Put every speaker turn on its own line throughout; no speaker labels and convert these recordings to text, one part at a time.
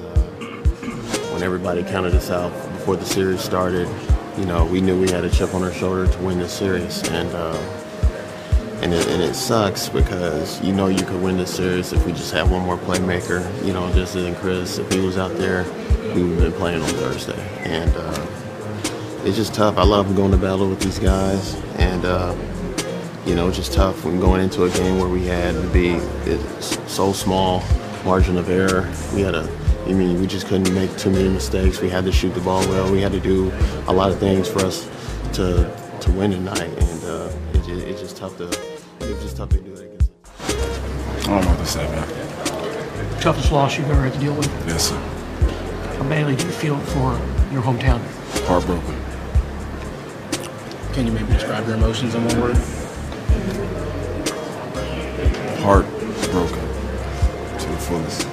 uh, everybody counted us out before the series started. You know, we knew we had a chip on our shoulder to win this series, and uh, and it, and it sucks because you know you could win this series if we just had one more playmaker. You know, just as in Chris, if he was out there, we would have been playing on Thursday, and uh, it's just tough. I love going to battle with these guys, and. Uh, you know, it's just tough when going into a game where we had to be it's so small margin of error. We had a, I mean, we just couldn't make too many mistakes. We had to shoot the ball well. We had to do a lot of things for us to to win tonight, and uh, it, ju- it's just tough to it's just tough to do that against.
I don't know what to say, man.
Toughest loss you've ever had to deal with.
Yes, sir.
How badly do you feel for your hometown?
Heartbroken.
Can you maybe describe your emotions in one word?
Heartbroken to the fullest. Uh,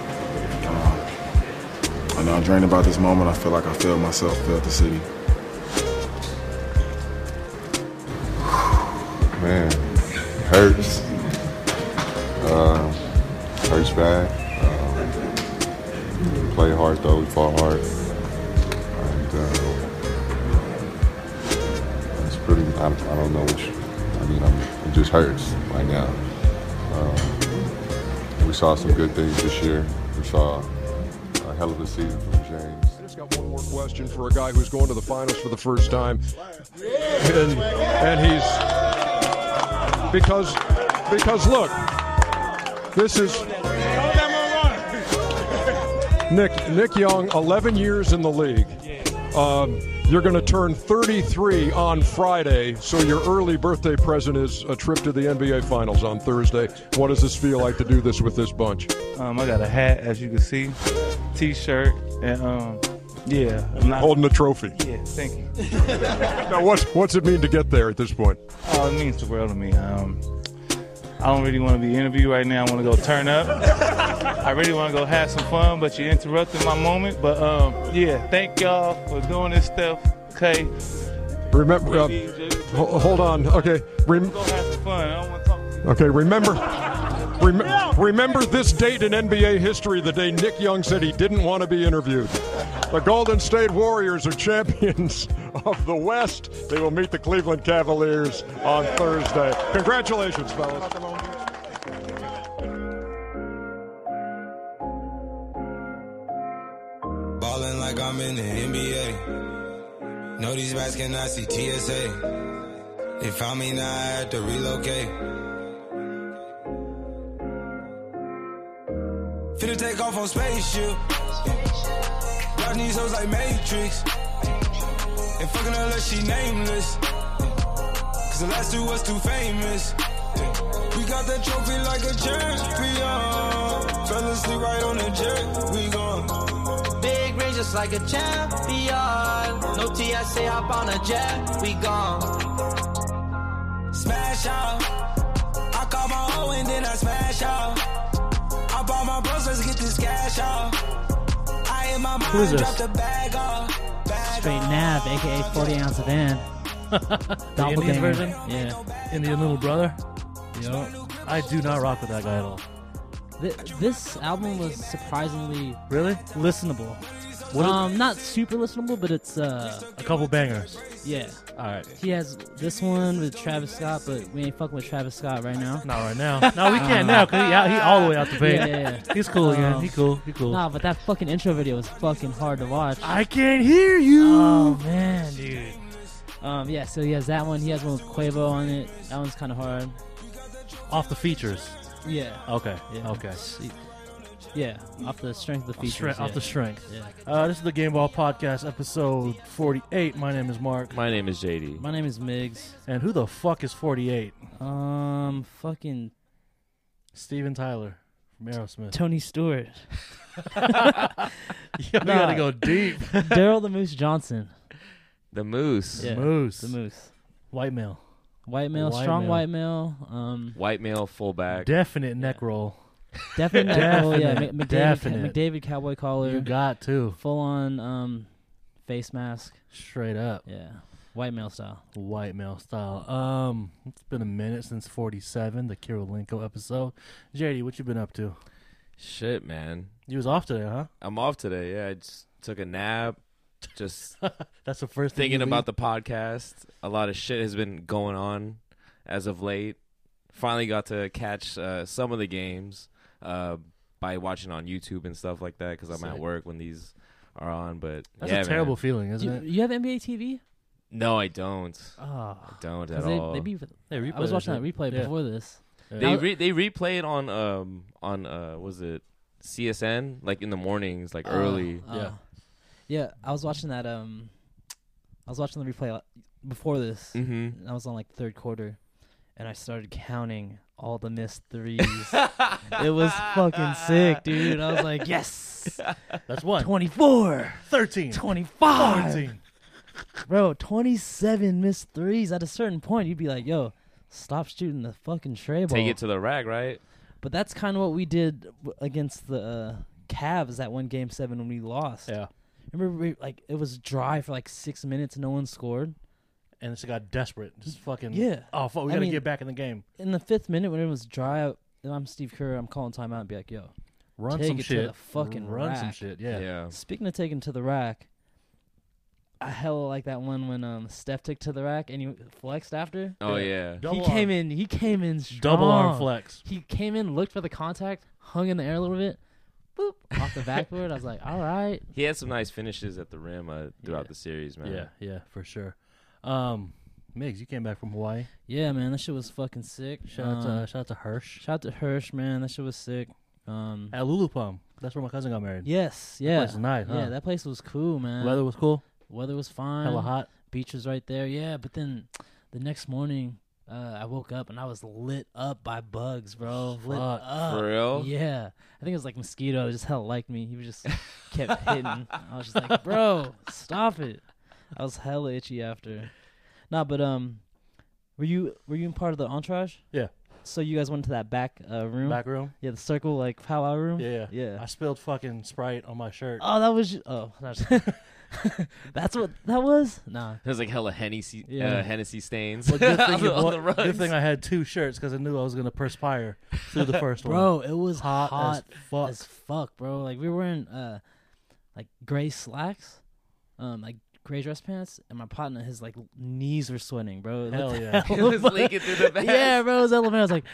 I know I'm drained about this moment. I feel like I failed myself, failed the city.
Man, hurts. Uh, hurts bad. Um, play hard though. We fought hard. And uh, it's pretty. I, I don't know which. I mean, I'm, it just hurts right now. Um, we saw some good things this year. We saw a hell of a season from James.
I just got one more question for a guy who's going to the finals for the first time. And, and he's because because look, this is Nick Nick Young, 11 years in the league. Um, you're going to turn 33 on Friday, so your early birthday present is a trip to the NBA Finals on Thursday. What does this feel like to do this with this bunch?
Um, I got a hat, as you can see, t-shirt, and um, yeah, I'm not.
Holding a trophy.
yeah, thank you.
Now, what's what's it mean to get there at this point?
Oh, it means the world to me. Um, I don't really want to be interviewed right now. I want to go turn up. I really want to go have some fun, but you interrupted my moment. But um, yeah, thank y'all for doing this stuff. Okay,
Remember, uh,
Maybe just-
ho- hold on. Okay, Rem-
go have some fun. I don't want to talk to you.
okay. Remember, rem- remember this date in NBA history: the day Nick Young said he didn't want to be interviewed. The Golden State Warriors are champions of the West. They will meet the Cleveland Cavaliers on Thursday. Congratulations, fellas.
Ballin' like I'm in the NBA. No, these rats cannot see TSA. If I mean I had to relocate. Finna take off on spaceship. Watching these hoes like Matrix. And fucking her like she nameless. Cause the last two was too famous. We got that trophy like a champion. Fell asleep right on the jet. We gone.
Big range just like a champion. No TSA hop on a jet, we gone.
smash out. I call my hoe and then I smash out. I bought my bros, let's get this cash out. I in my
Who is
mind,
this?
drop the bag off. Bag
Straight Nav, aka 40 ounce of N.
The Indian
Doppelganger.
version?
Yeah.
Indian little brother? Yo. I do not rock with that guy at all.
Th- this album was surprisingly
Really?
listenable.
What a-
um, not super listenable, but it's uh,
A couple bangers.
yeah.
All right.
He has this one with Travis Scott, but we ain't fucking with Travis Scott right now.
Not right now. No, we can't now because he, out- he all the way out the paint.
Yeah, yeah, yeah.
He's cool again.
Um,
He cool. He cool.
Nah, but that fucking intro video was fucking hard to watch.
I can't hear you.
Oh man, dude.
Dude.
Um, yeah. So he has that one. He has one with Quavo on it. That one's kind of hard.
Off the features.
Yeah.
Okay.
Yeah.
Okay.
Yeah. Off the strength of the
Features,
features.
Off the strength.
yeah.
Uh, this is the Game Ball Podcast, episode 48. My name is Mark.
My name is JD.
My name is Miggs.
And who the fuck is 48?
Um, fucking
Steven Tyler from Aerosmith.
Tony Stewart,
Yo, we gotta go deep.
Daryl the Moose Johnson,
The Moose.
Yeah.
Moose.
the Moose,
White male.
white male,
White
strong
male.
white male. Um,
White male fullback.
Definite neck roll.
definite, oh, yeah,
Definite,
Mc- McDavid,
definite.
McDavid cowboy collar,
You got to.
full on um, face mask.
Straight up.
Yeah, white male style.
White male style. Um, it's been a minute since 47, the Kirilenko episode. JD, what you been up to?
Shit, man.
You was off today, huh?
I'm off today. Yeah, I just
took a nap. Just
That's the first thing you
thinking about the
leave?
podcast. A lot of shit has been going on as of late. Finally got to catch uh, some of the games uh, by watching on YouTube and stuff like that because I'm at
Sick.
work when these are on. But
That's
yeah,
a
man.
terrible feeling, isn't
Do
it?
you have NBA TV?
No, I don't.
Oh.
I don't
'Cause
at
they-
all.
They, be,
They
I was
replay
watching that
that shit.
replay
Yeah.
before this.
They re- they replay it on um on uh was it CSN like in the mornings like
Oh,
early.
oh. yeah. I was watching that. Um, I was watching the replay uh, before this.
Mhm.
And I was on like the third quarter, and I started counting all the missed threes. it was fucking sick, dude. I was like, yes,
that's one.
24,
13,
25,
14.
bro, 27 missed threes. At a certain point, you'd be like, yo, stop shooting the fucking tray
Oh.
ball.
Take it to the rack, right?
But that's kind of what we did w- against the uh, Cavs that one game seven when we lost.
Yeah.
Remember, we, like it was dry for like six minutes, no one scored.
And it's got desperate. Just fucking.
Yeah.
Oh, fuck. We
I
got to
mean-
get back in the game.
In the fifth minute, when it was dry, I- and I'm Steve Kerr, I'm calling timeout and be like, "Yo,
Run
take
some
it to
shit.
the fucking
Run some
rack."
shit, yeah.
Yeah.
Speaking of taking to the rack, I hella like that one when um Steph took to the rack and he flexed after.
Oh, Yeah. yeah.
he
Double
came in. He came in. Strong.
Double arm flex.
He came in, looked for the contact, hung in the air a little bit, boop off the backboard. I was like, "All right."
He had some nice finishes at the rim uh, throughout the series, man.
Yeah, yeah, for sure. Um, Migs, you came back from Hawaii.
Yeah, man, that shit was fucking sick.
Shout out to-
Uh,
Uh,
shout out to Hirsch.
Shout out to Hirsch, man. That shit was sick. Um,
At Lulu Palm. That's where my cousin got married.
Yes,
That
yeah,
place is nice, huh?
Yeah, that place was cool, man.
Weather was cool?
Weather was fine.
Hella hot?
Beach was right there. Yeah, but then the next morning, uh, I woke up and I was lit up by bugs, bro. Lit
Fuck.
up.
For real?
Yeah. I think it was like mosquito. that just hell liked me. He was just kept hitting. I was just like, bro, stop it. I was hella itchy after. Nah, but um, were you were you in part of the entourage?
Yeah.
So you guys went to that back uh, room.
Back room?
Yeah, the circle like powwow room.
Yeah,
Yeah.
I spilled fucking Sprite on my shirt.
Oh, that was you. Oh, no, that's what that was. Nah.
There's like hella Hennessy,
Yeah.
uh, Hennessy stains
Well, good,
on
thing you
the, on the
bought- good
rugs.
thing I had two shirts because I knew I was gonna perspire through the first
bro,
one.
it was hot,
as fuck.
as fuck, bro. Like we were in uh, like gray slacks, um, like gray dress pants, and my partner, his like knees were sweating, bro. It
Hell
looked
yeah.
hella
It was
funny.
leaking through the
Yeah,
vest.
bro, it was hella funny. I was like,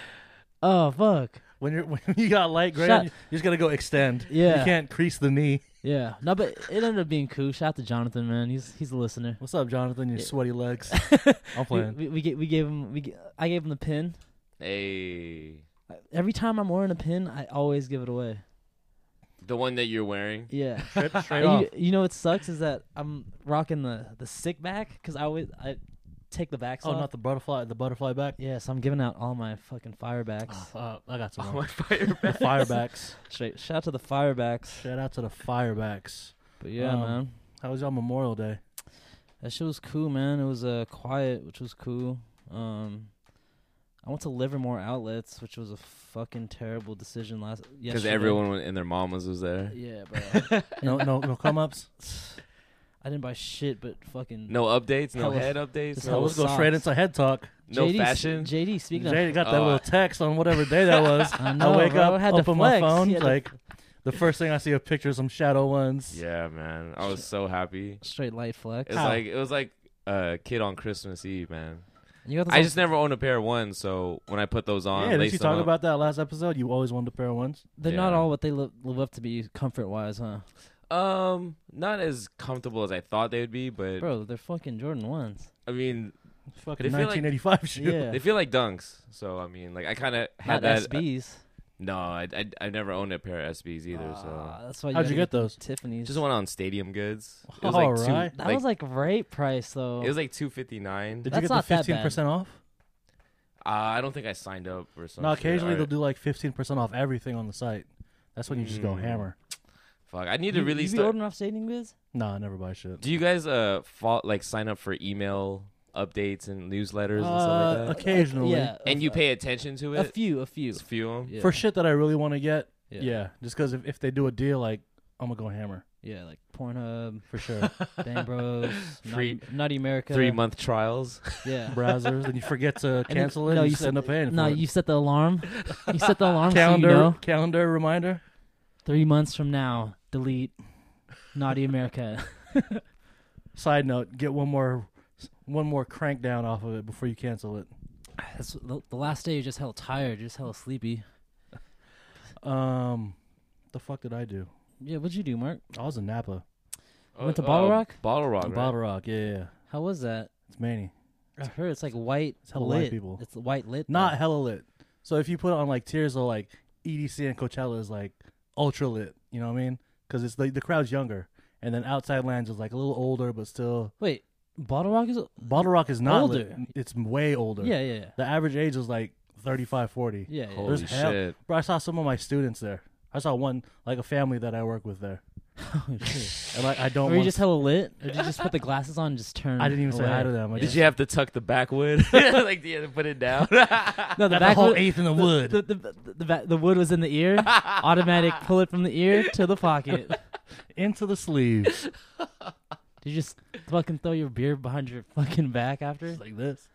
oh fuck.
When you're when you got light gray,
Shut-
on, you you just gotta go extend.
Yeah.
you can't crease the knee.
Yeah, no, but it ended up being cool. Shout out to Jonathan, man. He's he's a listener.
What's up, Jonathan? Your sweaty legs. I'm
We,
playing.
we, we, ga- we gave him we ga- I gave him the pin.
Hey,
Every time I'm wearing a pin, I always give it away.
the one that you're wearing.
Yeah.
Straight- straight
And
off.
You, you know what sucks is that I'm rocking the the sick back because I always I take the backs
Oh,
off.
not the butterfly, the butterfly back.
Yeah, so I'm giving out all my fucking firebacks.
Uh, I got some.
All
more.
my firebacks.
The firebacks.
Oh, Straight. Shout out to the firebacks.
Shout out to the firebacks.
But yeah, man.
How was y'all Memorial Day?
That shit was cool, man. It was uh quiet, which was cool. Um, I went to Livermore Outlets, which was a fucking terrible decision last.
Because
yesterday.
everyone and their mamas was there.
Yeah, bro.
No, no, no come ups.
I didn't buy shit, but fucking
No updates, no
hella-
head updates,
just
no-
hella
Let's
Go straight
socks.
into head talk.
No
JD
fashion?
JD, speaking of-
JD got that
Oh, I-
little text on whatever day that was.
I
I,
know,
wake
bro.
up,
Had to
open my
flex. He
phone.
had to-
Like the first thing I see a picture of some shadow ones.
Yeah, man. I was so happy.
Straight light flex.
It's
How?
like it was like a kid on Christmas Eve, man.
You got this
I
on-
just never owned a pair of ones, so when I put those on,
yeah, did
laced
you
them
talk
up.
about that last episode? You always wanted a pair of ones.
They're not all what they live, live up to be comfort wise, huh?
Um, not as comfortable as I thought they would be, but
Bro, they're fucking Jordan ones.
I mean,
Fucking
they feel like-
1985 shoe.
Yeah.
They feel like dunks. So I mean, like I kind of
Not
had that. uh,
SBs.
no, I, I I never owned a pair of SBs either.
Ah,
so
that's why you How'd you gotta get get those? Tiffany's.
Just one on Stadium Goods. It was
All
like two,
right. That was like right price though.
It was like two fifty nine.
Did you get the 15% off?
Uh, I don't think I signed up or something.
No, occasionally they'll do like 15% off everything on the site. That's when you just go
Hmm.
hammer.
Fuck, I need to really
you
start.
ordering off Stadium Goods?
Nah, I never buy shit.
Do you guys uh fall, like sign up for email updates and newsletters and stuff
Uh,
like that?
occasionally. Yeah,
and you pay attention to it.
A few, a few,
Just a few of 'em?
For shit that I really want to get,
Yeah.
yeah. Just because if, if they do a deal, like, I'm going to go hammer.
Yeah, like Pornhub
For sure.
Bang Bros,
Free-
Nutty, Nutty America,
Three month trials.
Yeah.
Browsers, and you forget to
And then-
cancel it,
No,
and
you
you just
set-
end up paying
No,
for it.
you set the alarm. You set the alarm. so you
calendar,
know.
calendar reminder.
Three months from now, delete. Naughty America.
Side note: Get one more, one more crank down off of it before you cancel it.
That's the, the last day. You're just hell tired. You're just hell sleepy.
Um, the fuck did I do?
Yeah, what'd you do, Mark?
I was in Napa.
Uh,
You went to
um,
Bottle Rock?
Bottle Rock,
To
right?
Bottle Rock, yeah, yeah.
How was that?
It's Manny.
I heard it's like white
It's hella
lit.
white people.
It's white lit.
Not hella lit. So if you put it on like tiers of like EDC and Coachella is like ultra lit. You know what I mean? Because it's like the crowd's younger, and then Outside Lands is like a little older, but still.
Wait, Bottle Rock is
Bottle Rock is not lit.
Older.
It's way older.
Yeah, yeah, yeah.
The average age is like 35, 40.
Yeah, yeah.
There's
Holy
hell-
shit.
Bro, I saw some of my students there. I saw one like a family that I work with there. and like I don't.
Were you
wanna-
just hella lit? Or did you just put the glasses on and just turn?
I didn't even say
away?
hi to them. I
Did
just-
you have to tuck the backwood? like, do you have to put it down?
No, the
Got the
back
whole
wood-
eighth in the wood.
The, the, the, the, ba- the wood was in the ear. Automatic pull it from the ear to the pocket.
into the sleeve
Did you just fucking throw your beer behind your fucking back after?
like this?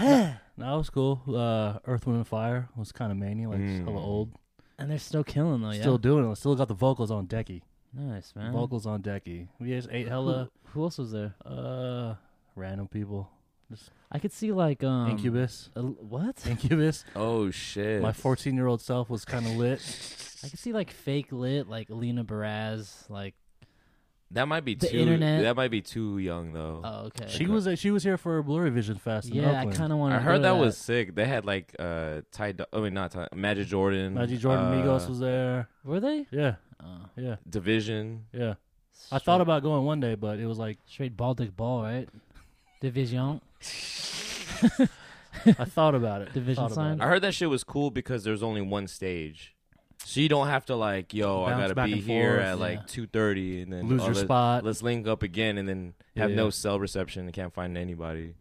no, no, it was cool. Uh, Earth, Wind, and Fire was kind of mania, like just
Mm.
hella old.
And they're still killing though. Yeah.
Still doing it. Still got the vocals on Decky.
Nice man.
Vocals on Decky. We just ate hella
Who else was there?
uh random people. Just
I could see like um
Incubus.
a- what?
Incubus.
oh shit!
My 14 year old self was kind of lit.
I could see like fake lit, like Lena Baraz, like
that might be
the
too.
internet.
That might be too young though.
Oh, okay.
She was uh, she was here for Blurry Vision Fest. in
Yeah, I
Oakland.
kind of want.
I heard that, was sick. They had like uh Ty. Do- I mean, not Ty. Magic Jordan.
Magic Jordan
uh,
Migos was there.
Were they?
Yeah,
Oh.
yeah,
Division.
yeah. I thought about going one day, but it was like
Straight Baltic ball, right? Division.
I thought about it.
Division
Thought about
sign?
it.
I heard that shit was cool because there's only one stage. So you don't have to like, yo,
Bounce
I gotta
back
be
and
here
forth,
at
yeah.
like two thirty, and then
Lose
oh,
your
let-
spot.
Let's link up again, and then have
Yeah.
no cell reception and can't find anybody.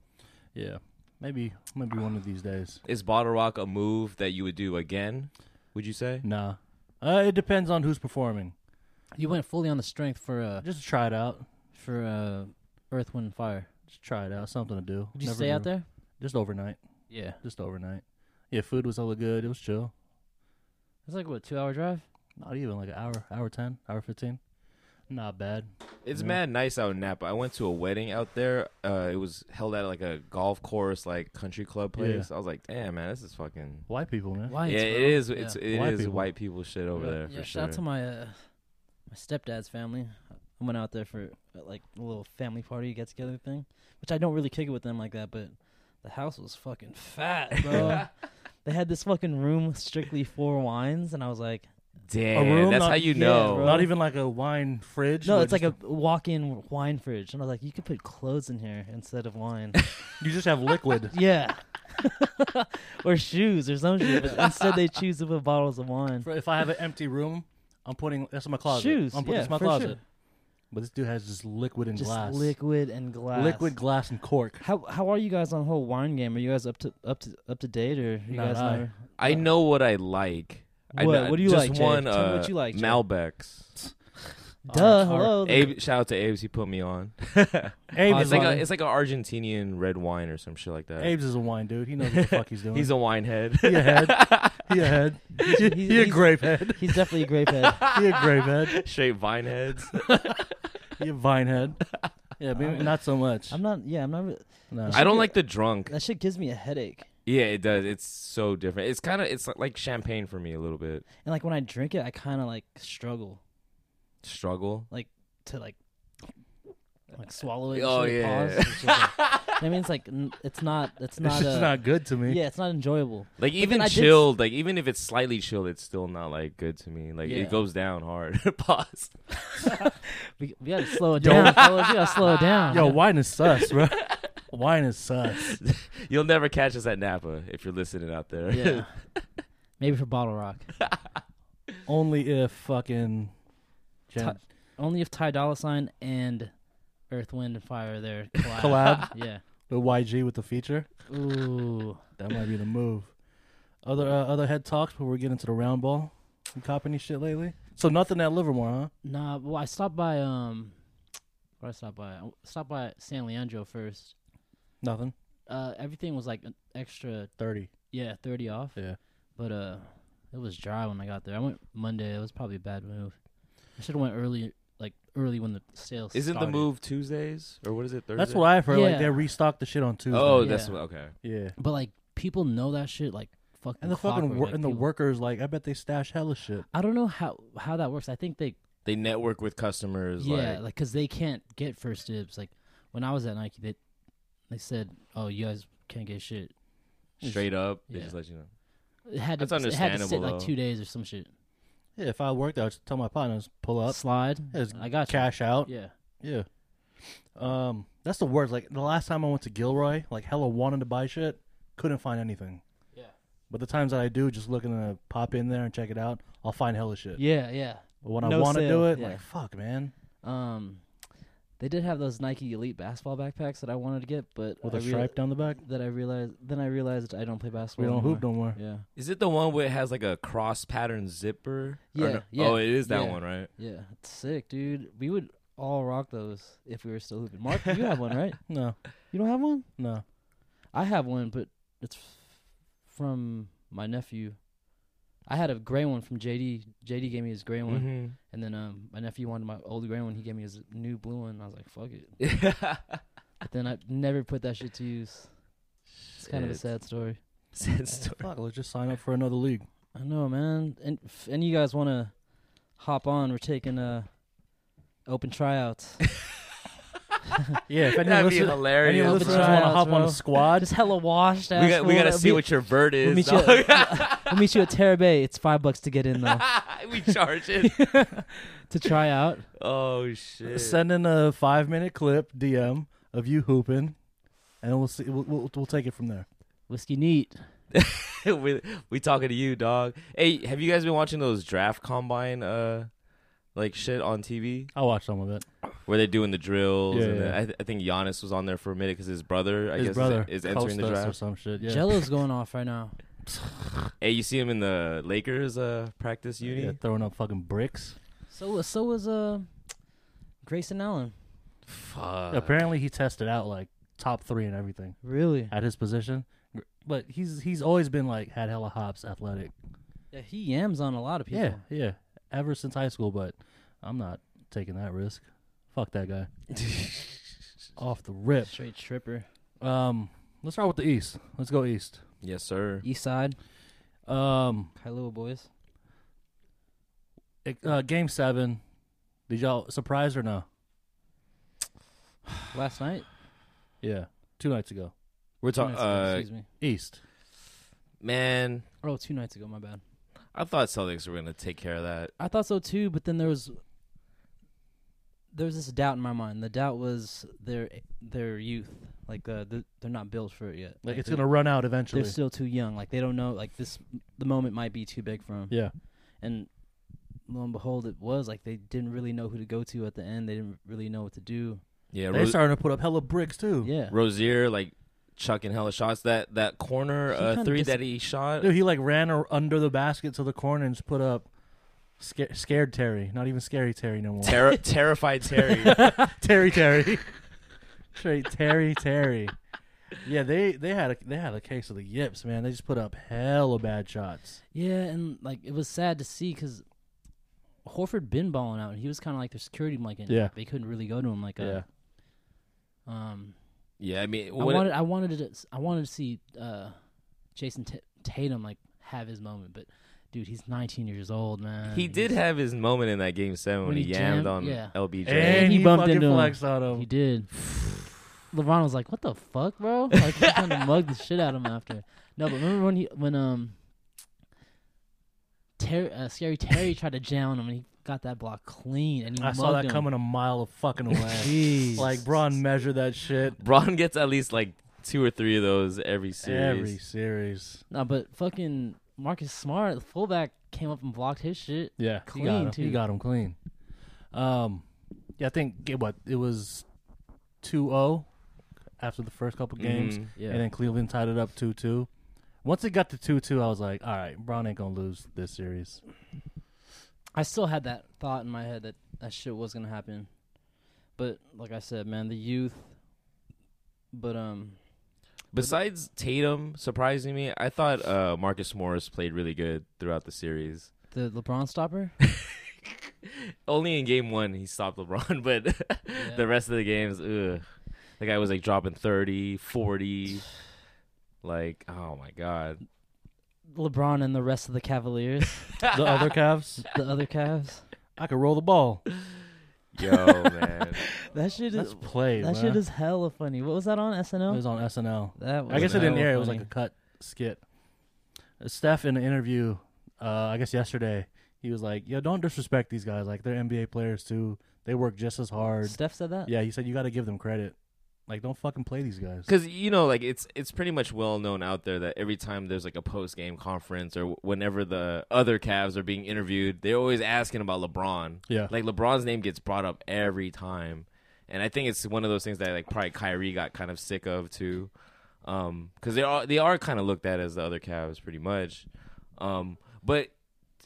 Yeah, maybe maybe one of these days.
Is Bottle Rock a move that you would do again? Would you say?
Nah, uh, it depends on who's performing.
You went fully on the strength for uh
Just to try it out.
for uh Earth, Wind, and Fire.
Just try it out. Something to do.
Did you
Never
stay out
do.
there?
Just overnight.
Yeah.
Just overnight. Yeah, food was hella good. It was chill.
It's like what two hour drive?
Not even like an hour, hour ten, hour fifteen. Not bad.
It's mad nice out in Napa. I went to a wedding out there. Uh, it was held at like a golf course, like country club place. I was like, damn, man, this is fucking.
White people, man.
White.
yeah,
bro.
it is. It's it is
White
white
people.
people. shit over
Yeah.
there
Yeah,
for
shout
sure.
out to my uh, my stepdad's family. I went out there for uh, like a little family party get together thing, which I don't really kick it with them like that. But the house was fucking fat, bro. they had this fucking room strictly for wines, and I was like,
damn,
room
that's
not-
how you
yeah,
know.
bro.
Not even like a wine fridge.
no,
but
it's like
just-
a walk-in wine fridge, and I was like, you could put clothes in here instead of wine.
You just have liquid.
yeah. or shoes or some shit, but instead they choose to put bottles of wine.
For- if I have an empty room, I'm putting that's in my closet.
Shoes,
I'm putting
yeah,
it's my
for
closet.
sure.
But this dude has just liquid and
Just
glass.
liquid and glass.
Liquid glass and cork.
How how are you guys on the whole wine game? Are you guys up to up to up to date or you
Not
guys
I.
never-
I know what I like. I
What?
know-
What do you
just
like, Jay?
One,
Tell me
uh,
what you like, Jay.
Malbecs.
Duh,
Art- art-
hello. there.
Abe, shout out to Abe's. He put me on.
Abe's,
it's
is
like
wine.
a, it's like an Argentinian red wine or some shit like that.
Abe's is a wine dude. He knows what the fuck he's doing.
He's a wine head.
he a head. He a head. He,
he's-
he a
he's-
grape head.
He's definitely a grape head.
He a grape head.
Straight vine heads.
He a vine head. Yeah, maybe not so much.
I'm not. Yeah, I'm not. re-
No.
I don't like the drunk.
That shit gives me a headache.
Yeah, it does. It's so different. It's kind of it's like champagne for me a little bit.
And like when I drink it, I kind of like struggle
Struggle.
like to like like swallow it. and
Oh,
shit,
yeah.
pause, it's just, like- I mean, it's like n- it's not. It's not.
It's just
uh,
not good to me.
Yeah, it's not enjoyable. But
Like
then
even
I did-
chilled, like even if it's slightly chilled, it's still not like good to me. Like
Yeah.
it goes down hard. Pause.
We, we gotta slow it down, fellas. We gotta slow it down.
Yo, wine is sus, bro. wine is sus.
You'll never catch us at Napa if you're listening out there.
Yeah. Maybe for Bottle Rock.
Only if fucking Jen
Ty- Only if Ty Dolla Sign and Earth, Wind, and Fire are there collab.
collab
Yeah.
with YG with the feature.
Ooh.
That might be the move. Other uh, other head talks before we get into the round ball. You cop any shit lately? So nothing at Livermore, huh?
Nah, well, I stopped by. Um, where I stopped by? I stopped by San Leandro first.
Nothing.
Uh, everything was like an extra,
Thirty.
yeah, thirty off.
Yeah.
But uh, it was dry when I got there. I went Monday. It was probably a bad move. I should have went early like early when the sales.
Isn't the
started.
move Tuesdays or what is it? Thursday?
That's what I've heard. Like
Yeah.
they restock the shit on Tuesday.
Oh, that's what. Okay.
Yeah.
But like people know that shit like fucking.
And the fucking
clockwork,
wor-
like,
and the
people-
workers like I bet they stash hella shit.
I don't know how how that works. I think they
They network with customers.
yeah
like,
like because they can't get first dibs. Like when I was at Nike, they they said, "Oh, you guys can't get shit."
straight up. They
Yeah.
just let you know.
It had to,
That's understandable.
It had to sit
though.
like two days or some shit.
Yeah, if I worked, I would just tell my partners pull up,
slide.
I got cash out.
Yeah.
yeah. Um, that's the worst. Like the last time I went to Gilroy, like hella wanted to buy shit, couldn't find anything.
Yeah.
But the times that I do, just looking to pop in there and check it out, I'll find hella shit.
Yeah, yeah.
But when I
No
want to do
sale,
it,
yeah.
like fuck, man.
Um, they did have those Nike Elite basketball backpacks that I wanted to get, but
With
I
a stripe down the back.
That I realized. Then I realized I don't play basketball.
We don't hoop no more.
Yeah.
Is it the one where it has like a cross pattern zipper? Or
Yeah,
no-
yeah.
Oh, it is that
yeah.
one, right?
Yeah, it's sick, dude. We would all rock those if we were still hooping. Mark, you have one, right?
No.
You don't have one?
No.
I have one, but it's f- from my nephew. I had a gray one from JD. JD gave me his gray one,
Mm-hmm.
Mhm.
and then um, my nephew wanted my old gray one. He gave me his new blue one. I was like, "Fuck it." but then I never put that shit to use. It's kind of a
Shit.
sad story.
Sad story.
Fuck, let's just sign up for another league.
I know, man. And if any of you guys want to hop on, we're taking uh, open tryouts.
Yeah, if any
That'd be
listen-
hilarious,
Any
bro.
listeners want to
Tryouts,
hop on
bro.
a squad?
Just hella washed
We
ass.
got- we
fool.
gotta
We'll
see
meet-
what your vert
We'll
is,
meet,
dog.
you at, we'll meet you at Terra Bay. It's five bucks to get in though.
we charge it.
to try out.
Oh shit.
Send in a five minute clip DM of you hooping, and we'll see. We'll, we'll, we'll take it from there.
Whiskey neat.
we we talking to you, dog. Hey, have you guys been watching those draft combine uh like shit on TV?
I watched some of it.
Where they're doing the drills,
Yeah,
and
yeah.
the- I, th- I think Giannis was on there for a minute because his brother, I
His
guess, is-
brother
is, entering the
coached us or
draft
some shit, yeah.
Jello's going off right now.
Hey, you see him in the Lakers uh practice uni?
Yeah, throwing up fucking bricks.
So was so was uh, Grayson Allen.
Fuck.
Apparently, he tested out like top three and everything.
Really?
At his position, but he's he's always been like had hella hops, athletic.
Yeah, he yams on a lot of people.
Yeah, yeah. Ever since high school, but I'm not taking that risk. Fuck that guy. Off the rip.
Straight tripper.
Um, let's start with the East. Let's go East.
Yes, sir.
East Side.
Um,
Kailua boys.
it- uh, game seven. Did y'all surprise or no?
Last night.
Yeah, two nights ago.
We're
Two
talking.
nights ago,
Uh,
excuse me.
East.
Man,
Oh, two nights ago. My bad.
I thought Celtics were gonna take care of that.
I thought so too, but then there was there was this doubt in my mind. The doubt was their their youth, like uh, the, they're not built for it yet.
Like, it's
they're-
gonna run out eventually.
They're still too young. Like they don't know. Like this, the moment might be too big for them.
Yeah.
And lo and behold, it was like they didn't really know who to go to at the end. They didn't really know what to do.
Yeah,
They're
Ro-
starting to put up hella bricks too.
Yeah.
Rozier like chucking hella shots. That that corner uh,
kinda
three
dis-
that he shot.
Dude, he like ran ar- under the basket to the corner and just put up sca- scared Terry. Not even scary Terry no more.
Terri- terrified Terry.
Terry Terry. Straight Terry Terry. Yeah, they they had a they had a case of the yips, man. They just put up hella bad shots.
Yeah, and like it was sad to see because Horford been balling out, and he was kind of like their security blanket.
Yeah.
They couldn't really go to him like a. Um.
yeah, I mean,
I
what,
wanted, I wanted to, s- I wanted to see uh, Jason T- Tatum like have his moment, but dude, he's 19 years old, man.
he did have his moment in that game seven when,
When
he,
he
yammed
jammed-
on
yeah.
LBJ.
And he fucking flexed on him.
He did. LeBron was like, "What the fuck, bro?" Like he kind of mugged the shit out of him after. No, but remember when he when um, Ter- uh, scary Terry tried to jam on him and he got that block clean and he
I saw
mugged
that
him.
coming a mile of fucking away.
Jeez.
like Braun measured that shit
Braun gets at least like two or three of those every series.
every series.
No, but fucking Marcus Smart, the fullback, came up and blocked his shit.
Yeah,
clean
he got him.
too.
He got him clean. Um, yeah, I think it, what it was 2-0 after the first couple games,
Mhm. Yeah.
and then Cleveland tied it up two two. Once it got to two two, I was like, all right, Braun ain't gonna lose this series.
I still had that thought in my head that that shit was gonna happen, but like I said, man, the youth. But um,
Besides Tatum surprising me, I thought uh, Marcus Morris played really good throughout the series.
the LeBron stopper.
Only in game one he stopped LeBron, but the rest of the games, ugh. the guy was like dropping 30, 40. Like, oh my god.
LeBron and the rest of the Cavaliers.
The other Cavs?
The other Cavs.
I could roll the ball.
Yo, man.
That shit
That's
is
play,
That
man.
shit is hella funny. What was that on SNL?
It was on SNL.
That was
I guess it didn't
hella
air. It was like
funny.
a cut skit. Uh, Steph in an interview, uh, I guess yesterday, he was like, "Yo, don't disrespect these guys. Like they're NBA players too. They work just as hard."
Steph said that?
Yeah, he said you got to give them credit. Like don't fucking play these guys.
Because you know, like it's it's pretty much well known out there that every time there's like a post game conference or whenever the other Cavs are being interviewed, they're always asking about LeBron.
Yeah.
like LeBron's name gets brought up every time, and I think it's one of those things that like probably Kyrie got kind of sick of too, because they are they are kind of looked at as the other Cavs pretty much. Um, but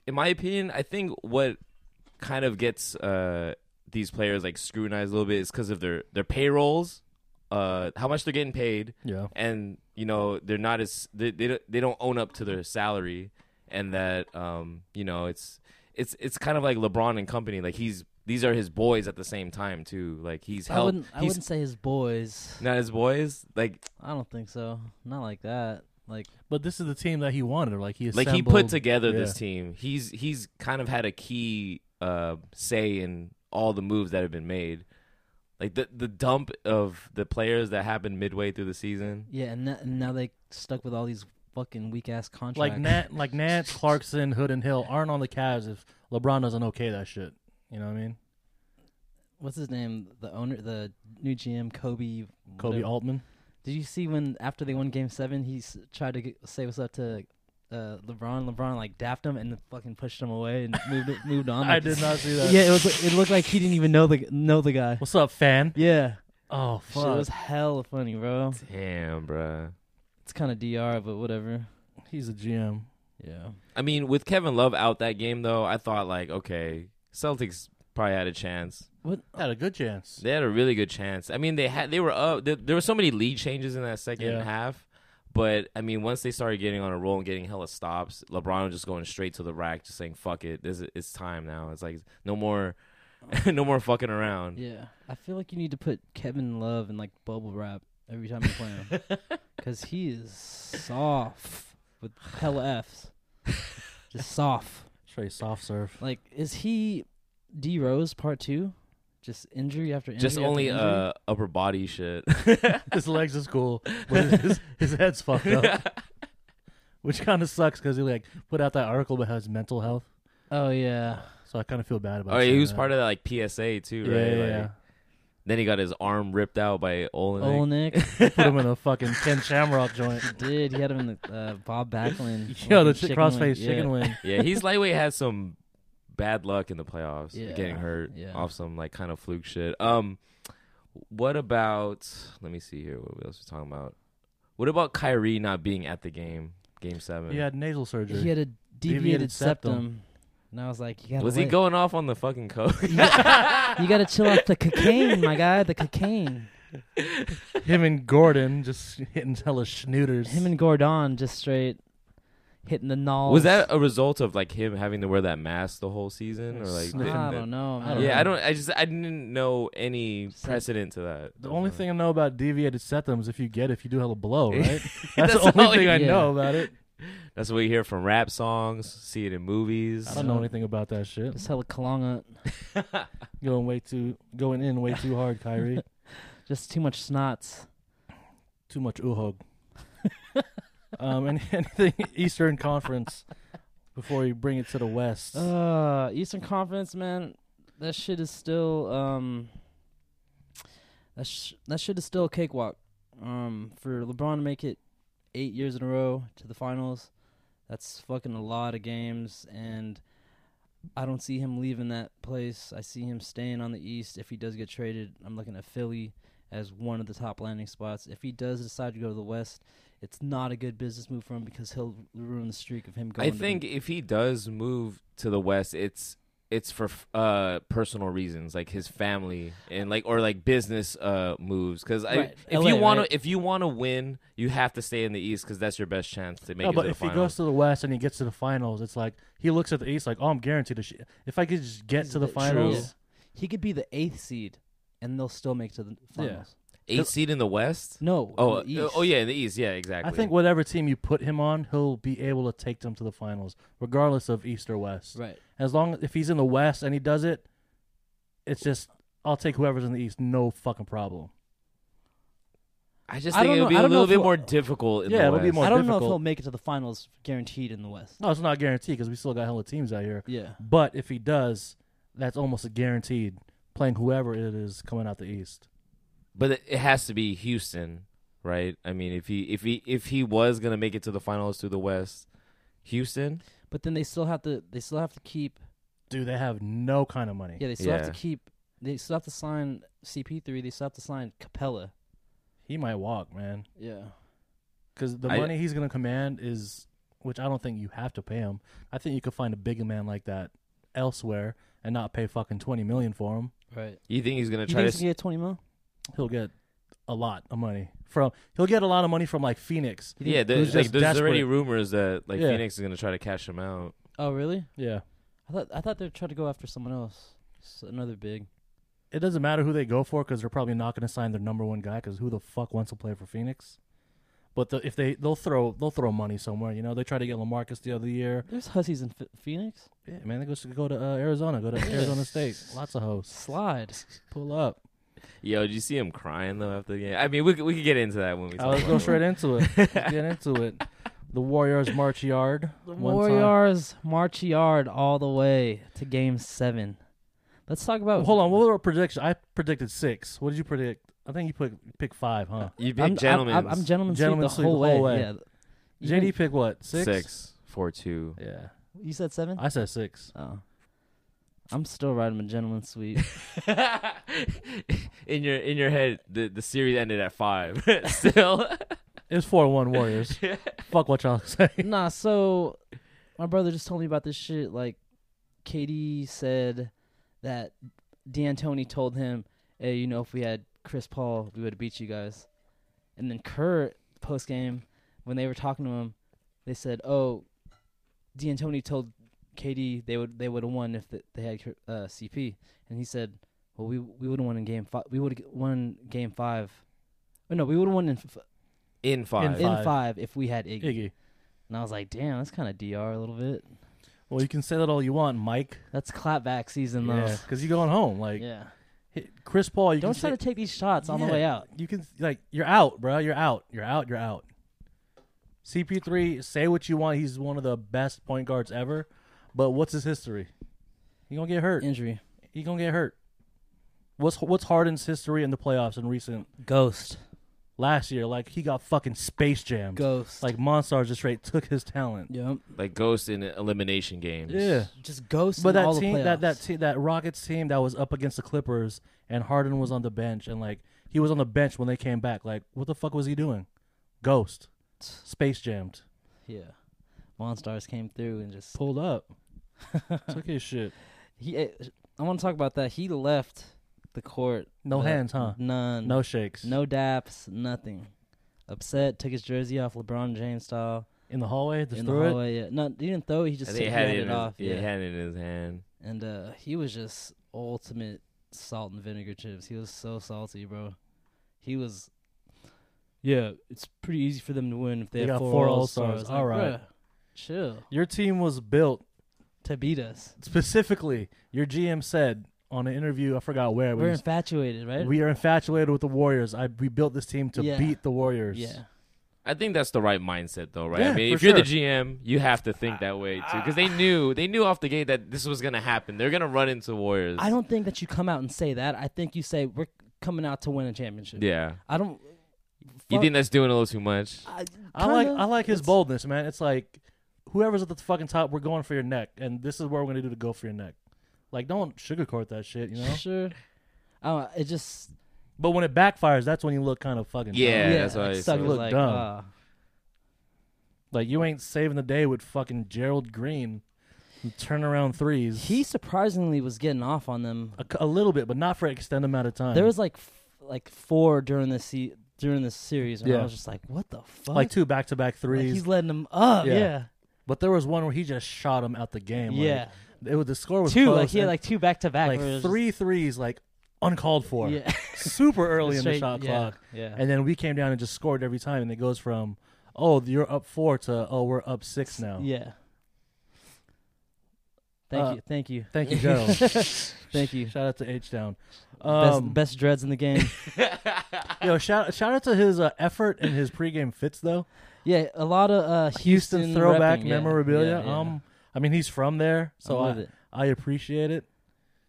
in my opinion, I think what kind of gets uh, these players like scrutinized a little bit is because of their their payrolls, uh, how much they're getting paid,
Yeah.
and you know they're not as they they don't, they don't own up to their salary, and that um, you know it's it's it's kind of like LeBron and company, like he's these are his boys at the same time too, like he's
I
helped.
wouldn't. I
he's
wouldn't say his boys.
not his boys, like
I don't think so. Not like that. Like,
but this is the team that he wanted. or, Like he
like he put
assembled-
together this
Yeah.
team. He's he's kind of had a key uh, say in all the moves that have been made. Like the the dump of the players that happened midway through the season.
Yeah, and, that, and now they stuck with all these fucking weak ass contracts.
Like Nat, like Nance, Clarkson, Hood, and Hill aren't on the Cavs if LeBron doesn't okay that shit. You know what I mean?
what's his name? The owner, the new GM, Kobe.
Kobe Altman.
Did you see when after they won Game Seven, he s- tried to get, say what's up to uh, LeBron. LeBron like dapped him and then fucking pushed him away and moved it, moved on.
I
Like-
did not see that.
Yeah, it was. like- It looked like he didn't even know the know the guy.
What's up, fan?
Yeah.
Oh
Shit
fuck.
was hella funny, bro.
Damn, bruh.
It's kind of dr, but whatever.
He's a GM.
Yeah.
I mean, with Kevin Love out that game though, I thought like, okay, Celtics probably had a chance.
What
had a good chance.
They had a really good chance. I mean, they had they were up. There, there were so many lead changes in that second
Yeah.
half, but I mean, once they started getting on a roll and getting hella stops, LeBron was just going straight to the rack, just saying "fuck it, this is, it's time now." It's like no more, no more fucking around.
Yeah, I feel like you need to put Kevin Love in like bubble wrap every time you play him, because he is soft with hella Fs, just soft.
Trey soft serve.
Like, is he D Rose part two? Just injury after injury.
Just
after
only
injury?
uh upper body shit.
his legs is cool, but his, his, his head's fucked up. Which kind of sucks because he like put out that article about his mental health.
Oh yeah.
So I kind of feel bad about.
Oh, yeah, he
saying
was
that.
part of that like PSA too,
Yeah,
right?
yeah,
Like,
yeah.
Then he got his arm ripped out by
Old
Olenek.
Nick
Put him in a fucking Ken Shamrock joint.
He did. He had him in the uh, Bob Backlund.
Yo,
fucking
the chi-
chicken
crossface
wing.
chicken wing.
yeah, he's lightweight has some bad luck in the playoffs,
Yeah,
getting hurt
yeah.
off some like kind of fluke shit. Um, what about? Let me see here. What else we talking about? What about Kyrie not being at the game? Game seven.
He had nasal surgery.
He had a deviated, septum. and I was like, you gotta
Was he
let-
going off on the fucking coke?
you gotta chill out the cocaine, my guy. The cocaine.
Him and Gordon just hitting hella schnooters.
Him and Gordon just straight hitting the knolls.
Was that a result of like him having to wear that mask the whole season, or like?
Sniffing I don't
that-
know, man.
Yeah, I don't. I just I didn't know any precedent to that.
The only thing I know about deviated septum is if you get it, if you do hella blow, right? That's,
That's
the
all
only thing
you-
I
Yeah.
know about it.
That's what we hear from rap songs, see it in movies.
I don't know anything about that shit.
Just hella kalonga.
Going way too, going in way too hard, Kyrie.
Just too much snots.
Too much uhog. um, and anything Eastern Conference before you bring it to the West.
Uh, Eastern Conference, man, that shit is still um, that sh- that shit is still a cakewalk. Um, for LeBron to make it eight years in a row to the finals, that's fucking a lot of games, and I don't see him leaving that place. I see him staying on the East. If he does get traded, I'm looking at Philly as one of the top landing spots. If he does decide to go to the West, it's not a good business move for him because he'll ruin the streak of him going.
I
to the
think if he does move to the West, it's it's for f- uh personal reasons like his family and like or like business uh moves because
Right.
if
LA,
you want
right?
to if you want to win you have to stay in the east because that's your best chance to make
No,
it
but
to the
if he
finals
goes to the West and he gets to the finals, it's like he looks at the East like, oh, I'm guaranteed to. Sh- if I could just get to the finals,
He could be the eighth seed, and they'll still make to the finals.
eighth seed in the west
No,
oh
in the East.
oh yeah in the east yeah exactly
I think whatever team you put him on, he'll be able to take them to the finals, regardless of East or West.
Right.
As long if he's in the West and he does it, it's just I'll take whoever's in the East, no fucking problem.
I just
I
think
don't
it
know-
would be
I
a
don't know
little
if
bit
he'll-
more difficult in
Yeah,
the
it'll be
West.
more
I don't know if
difficult.
he'll make it to the finals guaranteed in the West.
No, it's not guaranteed because we still got hella teams out here.
Yeah.
But if he does, that's almost a guaranteed playing whoever it is coming out the East.
but it- it has to be Houston, right? I mean, if he if he if he was gonna make it to the finals through the West, Houston.
But then they still have to. They still have to keep.
Dude, they have no kind of money.
Yeah, they still have to
Yeah.
keep. They still have to sign CP3. They still have to sign Capella.
He might walk, man.
Yeah.
Because the
I-
money he's going to command is, which I don't think you have to pay him. I think you could find a bigger man like that elsewhere and not pay fucking twenty million for him.
Right.
You think he's gonna
You
try
think
to?
he's gonna get twenty mil?
He'll get a lot of money from. He'll get a lot of money from like Phoenix.
s- yeah,
who's
there's, like,
just
there's already
desperate.
rumors that like
Yeah.
Phoenix is gonna try to cash him out.
Oh really?
Yeah.
I thought I thought they were trying to go after someone else. S- another big.
It doesn't matter who they go for because they're probably not going to sign their number one guy because who the fuck wants to play for Phoenix? But the, if they they'll throw they'll throw money somewhere. You know they tried to get Lamarcus the other year.
There's hussies in Ph Phoenix.
Yeah, man, they go to go to uh, Arizona, go to Arizona State. Lots of hosts.
Slide.
Pull up.
Yo, did you see him crying though after the game? I mean, we could- we could get into that when we.
Uh,
talk
let's
about
go
it.
straight into it. Let's get into it. The Warriors march yard.
The
one time.
Warriors march yard all the way to Game Seven. Let's talk about.
Hold on. What were our predictions? I predicted six. What did you predict? I think you picked pick five, huh?
You picked
I'm- I'm-
gentlemen.
I'm, I'm, gentleman sweep the
sweep
whole, way. Yeah. You
JD
think-
picked what? Six.
six four two.
Yeah.
You said seven.
I said six.
Oh. I'm still riding my gentleman sweep.
In your in your head, the the series ended at five. Still,
It was four one Warriors. Fuck what y'all say.
nah, so my brother just told me about this shit. Like, Katie said that D'Antoni told him, "Hey, you know, if we had Chris Paul, we would have beat you guys." And then Kurt, post game, when they were talking to him, they said, "Oh, D'Antoni told KD they would they would have won if th- they had Kurt- uh, CP," and he said, "Well, we we would have won in game five. We would have won game five. Oh, no, we would have won in f-
in five.
in five. if we had Iggy.
Iggy.
And I was like, damn, that's kind of DR a little bit.
Well, you can say that all you want, Mike.
That's clapback season, though.
Yeah, because you're going home. Like
Yeah.
hit- Chris Paul. You
Don't
can
try
say-
to take these shots on the
Yeah,
way out.
You can like you're out, bro. You're out. You're out. You're out. CP3, say what you want. He's one of the best point guards ever, but what's his history? He gonna get hurt.
Injury.
He gonna get hurt. What's what's Harden's history in the playoffs in recent
Ghost.
last year? Like he got fucking space jammed.
Ghost.
Like Monstar just straight took his talent.
Yep.
like ghost in elimination games.
Yeah.
Just ghost
But
in
that
all
team,
the playoffs.
that that team, that Rockets team that was up against the Clippers, and Harden was on the bench, and like he was on the bench when they came back. Like, what the fuck was he doing? Ghost, space jammed,
yeah. Monstars came through and just.
pulled up, took his shit.
He, eh, I want to talk about that. He left the court.
No
with
hands, huh?
None.
No shakes.
No daps. Nothing. Upset. Took his jersey off LeBron James style.
in the hallway, just
in the
threw it.
hallway. Yeah. No, he didn't throw it. He
I
just
think he
took-
had it, in
it
his,
off.
yeah, he had it in his hand.
and uh, he was just ultimate salt and vinegar chips. He was so salty, bro. He was. Yeah, it's pretty easy for them to win if they,
They
have
got
four,
four
All
All-Stars.
Stars.
All right.
chill
Your team was built
to beat us.
specifically. Your GM said on an interview, I forgot where.
We're
when he
infatuated, right?
s- we are infatuated with the Warriors. I we built this team to
Yeah.
beat the Warriors.
yeah.
I think that's the right mindset, though, right?
Yeah,
I mean,
for
if you're the
sure.
GM, you have to think that way too, because they knew they knew off the gate that this was gonna happen. They're gonna run into Warriors.
I don't think that you come out and say that. I think you say we're coming out to win a championship.
Yeah,
I don't.
you
Fuck.
think that's doing a little too much?
I,
I like
kinda-
I like his
it's-
boldness, man. It's like whoever's at the fucking top, we're going for your neck, and this is where we're gonna do to go for your neck. Like, don't sugarcoat that shit, you know.
Sure. Uh, it just
but when it backfires, that's when you look kind of fucking. dumb.
yeah,
Yeah, that's what
like,
I said.
suckers,
Look
like,
dumb.
ah.
Like you ain't saving the day with fucking Gerald Green. turnaround threes.
He surprisingly was getting off on them
a, c- a little bit, but not for an extended amount of time.
There was like f- like four during this se- during this series, and I was just like, what the fuck?
Like two back to back threes.
he's letting them up, yeah.
But there was one where he just shot him out the game. like,
Yeah.
it was the score was
Two,
close,
like, he had,
and,
like, two back-to-back
like
where it was
three threes, like uncalled for.
Yeah.
super early in
Straight-
the shot
yeah,
clock.
yeah.
and then we came down and just scored every time, and it goes from oh you're up four to oh we're up six now.
Yeah. Thank
Uh,
you, thank you,
Thank you, Joe.
thank you.
Shout out to H Down. Um,
best, best dreads in the game.
yo, shout shout out to his uh, effort and his pregame fits though.
Yeah, a lot of uh,
Houston,
Houston
throwback
repping, yeah,
memorabilia.
yeah, yeah.
Um, I mean he's from there, so
I
I,
love it.
I appreciate it.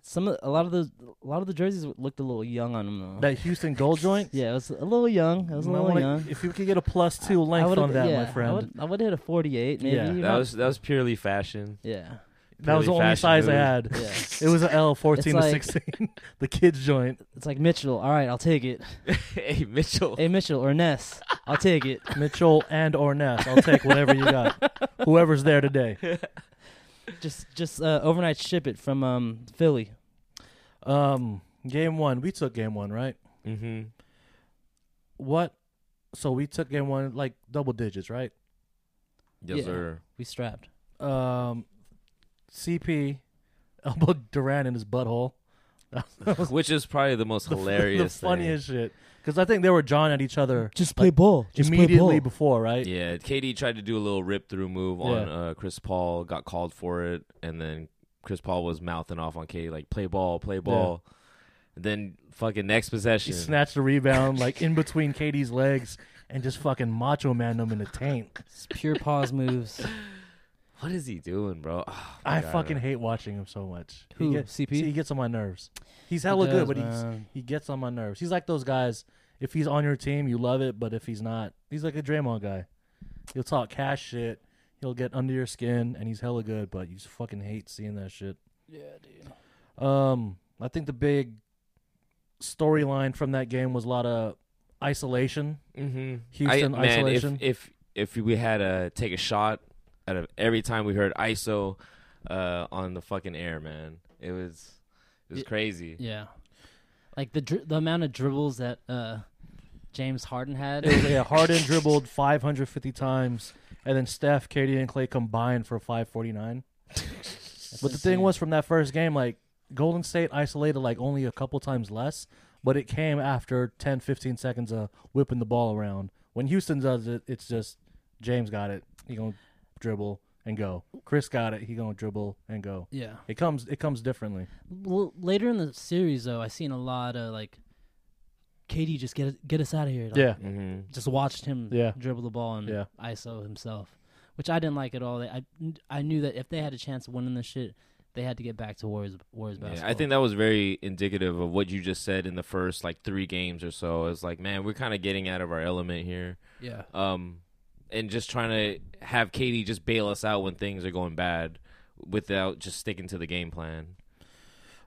Some of, a lot of those, a lot of the jerseys looked a little young on them though.
That Houston gold joint.
yeah, it was a little young. It was a
You might
little
wanna-
young.
If you could get a plus two
I
length
would've-
on that,
yeah,
my friend.
I would, I would hit a forty-eight, maybe.
Yeah.
You
That
might-
was that was purely fashion.
Yeah.
That was the
Purely
only
fashion
size I
move.
had.
Yeah.
It was an L, fourteen
It's
to
like-
sixteen. the kids joint.
It's like Mitchell. All right, I'll take it.
hey Mitchell.
Hey Mitchell or Ness, I'll take it.
Mitchell and or Ness. I'll take whatever you got. Whoever's there today.
Just just uh, overnight ship it from um Philly.
Um, game one. We took game one, right?
Mm-hmm.
What? So we took game one like double digits, right?
Yes,
Yeah.
sir.
We strapped.
Um, CP elbowed Duran in his butthole. That was
Which is probably the most
the fu-
hilarious.
the funniest shit. Because I think they were jawing at each other.
Just play ball. Just play
immediately
ball.
before, right?
thing. Yeah, KD tried to do a little rip through move on
Yeah.
uh, Chris Paul, got called for it, and then Chris Paul was mouthing off on KD like play ball, play ball. Then fucking next
He
possession,
snatched the rebound like in between Katie's legs and just fucking macho man them in the taint.
It's pure pause moves.
What is he doing, bro? Ah,
I
God.
fucking hate watching him so much.
Who,
he get-
CP?
see, he gets on my nerves. He's hella
He
good,
does,
but he's,
man.
he gets on my nerves. He's like those guys. If he's on your team, you love it, but if he's not, he's like a Draymond guy. He'll talk cash shit. He'll get under your skin, and he's hella good, but you just fucking hate seeing that shit.
Yeah, dude.
Um, I think the big storyline from that game was a lot of isolation.
Mm-hmm.
Houston
I, man,
isolation.
If, if if we had to take a shot out of every time we heard ISO uh, on the fucking air, man, it was it was
Yeah.
crazy.
Yeah. Like the dri- the amount of dribbles that uh James Harden had.
It was, yeah, Harden dribbled 550 times, and then Steph, Katie, and Clay combined for 549. but the thing was, from that first game, like Golden State isolated like only a couple times less, but it came after 10, 15 seconds of whipping the ball around. When Houston does it, it's just James got it. He gonna dribble and go. Chris got it. He gonna dribble and go.
Yeah.
it comes. It comes differently.
L- later in the series though, I seen a lot of like Katie just get get us out of here. Like,
Yeah.
Mhm.
Just watched him
Yeah.
dribble the ball and
Yeah.
ISO himself, which I didn't like at all. I I knew that if they had a chance of winning this shit, they had to get back to Warriors Warriors
Yeah,
basketball.
I think that was very indicative of what you just said in the first like three games or so. It's like, man, we're kind of getting out of our element here.
Yeah.
Um, and just trying to have Katie just bail us out when things are going bad, without just sticking to the game plan.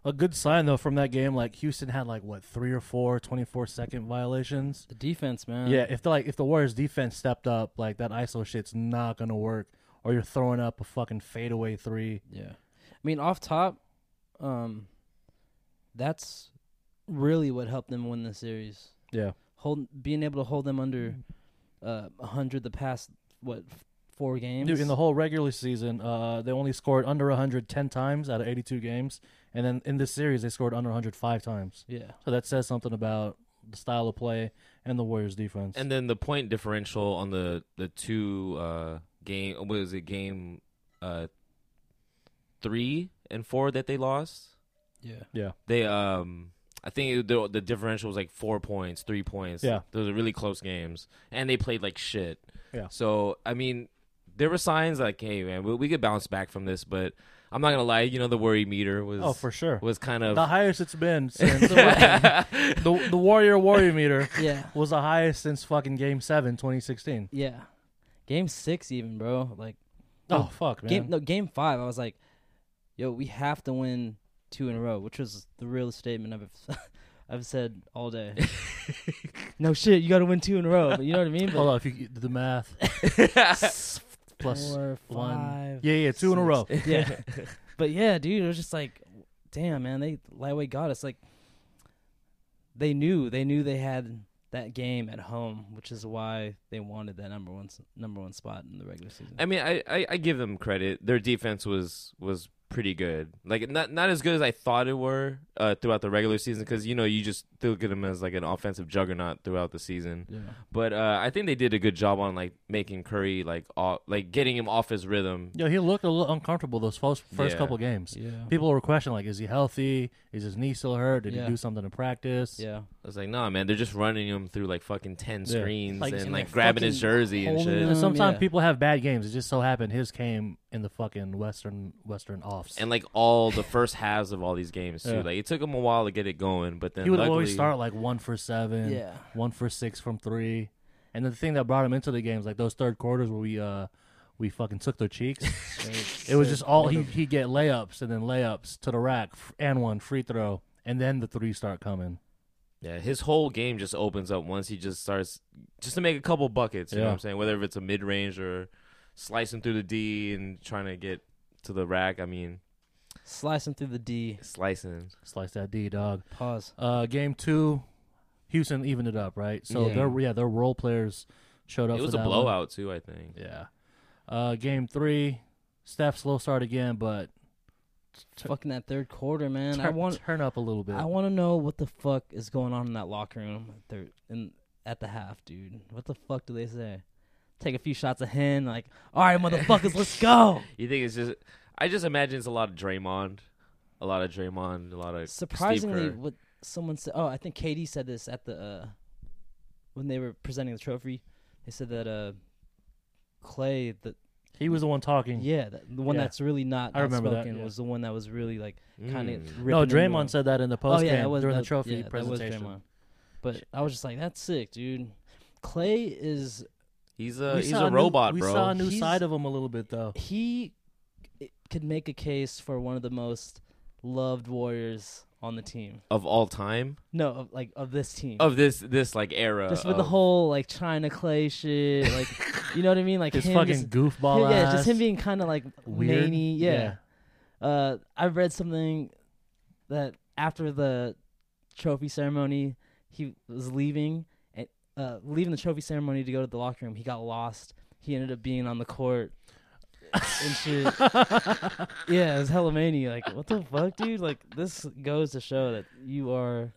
A good sign though from that game, like Houston had like what three or four 24 second violations.
the defense, man.
Yeah, if the, like if the Warriors defense stepped up, like that ISO shit's not gonna work. Or you're throwing up a fucking fadeaway three.
Yeah. I mean, off top, um, that's really what helped them win the series.
Yeah.
Hold being able to hold them under uh hundred the past what f- four games.
Dude, in the whole regular season, uh, they only scored under 100 10 times out of 82 games, and then in this series they scored under 105 times.
Yeah.
So that says something about the style of play and the Warriors defense.
And then the point differential on the the two uh, game what was it game uh, three and four that they lost.
yeah.
yeah.
They um I think it, the, the differential was like four points, three points.
Yeah.
those are really close games, and they played like shit.
Yeah.
So I mean, there were signs like, hey man, we, we could bounce back from this, but I'm not gonna lie, you know, the worry meter was
Oh, for sure.
was kind of
The highest it's been since the, the Warrior Warrior meter
Yeah.
was the highest since fucking game 7 2016.
Yeah. Game six even, bro. Like
Oh, fuck, man.
game no game five, I was like, yo, we have to win two in a row, which was the real statement I've I've said all day. no shit, you gotta win two in a row. But you know what I mean? But
Hold on, if you the math. plus
four,
one.
five,
Yeah, yeah, two in a row.
six. yeah, but yeah, dude, it was just like, damn, man, they lightweight got us. Like, they knew, they knew they had that game at home, which is why they wanted that number one s- number one spot in the regular season.
I mean, I, I, I give them credit. Their defense was was pretty good. Like not not as good as I thought it were uh, throughout the regular season because you know you just look at them as like an offensive juggernaut throughout the season.
Yeah.
But uh, I think they did a good job on like making Curry like off, like getting him off his rhythm.
Yeah, he looked a little uncomfortable those first, first
Yeah.
couple games.
Yeah.
People were questioning like, is he healthy? Is his knee still hurt? Did
Yeah.
he do something in practice?
Yeah.
I was like, nah, man, they're just running him through like fucking ten
Yeah.
screens
Like,
and
and
like
they're
grabbing his
fucking
jersey and shit.
And sometimes people have bad games. It just so happened his came in the fucking Western Western offs.
and like all the first halves of all these games too.
Yeah.
Like it took him a while to get it going, but then
he would
luckily,
always start like one for seven,
Yeah.
one for six from three. And the thing that brought him into the games, like those third quarters where we uh we fucking took their cheeks. it was just all he he get layups and then layups to the rack f- and one free throw and then the three start coming.
Yeah, his whole game just opens up once he just starts just to make a couple buckets. You know
Yeah.
what I'm saying? Whether it's a mid range or slicing through the D and trying to get to the rack. I mean,
slicing through the D,
slicing,
slice that D dog.
Pause.
Uh, game two, Houston evened it up, right? So
Yeah.
their yeah their role players showed up.
It
for
was a
that one.
blowout too. I think.
Yeah. Uh, game three, Steph slow start again, but
fucking that third quarter, man. I
Turn-
want
turn up a little bit.
I want to know what the fuck is going on in that locker room at thir- in at the half, dude. What the fuck do they say? Take a few shots of hen, like, all right, motherfuckers, let's go.
You think it's just? I just imagine it's a lot of Draymond, a lot of Draymond, a lot of Steve
Surprisingly,
Kerr.
what someone said. Oh, I think Katie said this at the uh, when they were presenting the trophy. They said that uh, Clay, the
he was the one talking.
yeah, the, the one
Yeah.
that's really not.
I remember that.
outspoken
yeah.
was the one that was really like kind of.
Mm. No, Draymond said that in the
post
postgame during the trophy presentation.
But I was just like, that's sick, dude. Clay is.
He's
We saw new- we saw a new side of him a little bit, though.
He i- could make a case for one of the most loved warriors on the team.
of all time
No, of, like of this team.
of this this like era.
just with the
of-
whole like China Clay shit, like you know what I mean, like
His
him
fucking
just-
goofball
yeah, just
ass.
him being kind of like
Weird.
Maney, yeah. Uh, I read something that after the trophy ceremony, he was leaving and uh, leaving the trophy ceremony to go to the locker room. He got lost. He ended up being on the court and shit. yeah, it was hella mania. Like, what the fuck, dude? Like, this goes to show that you are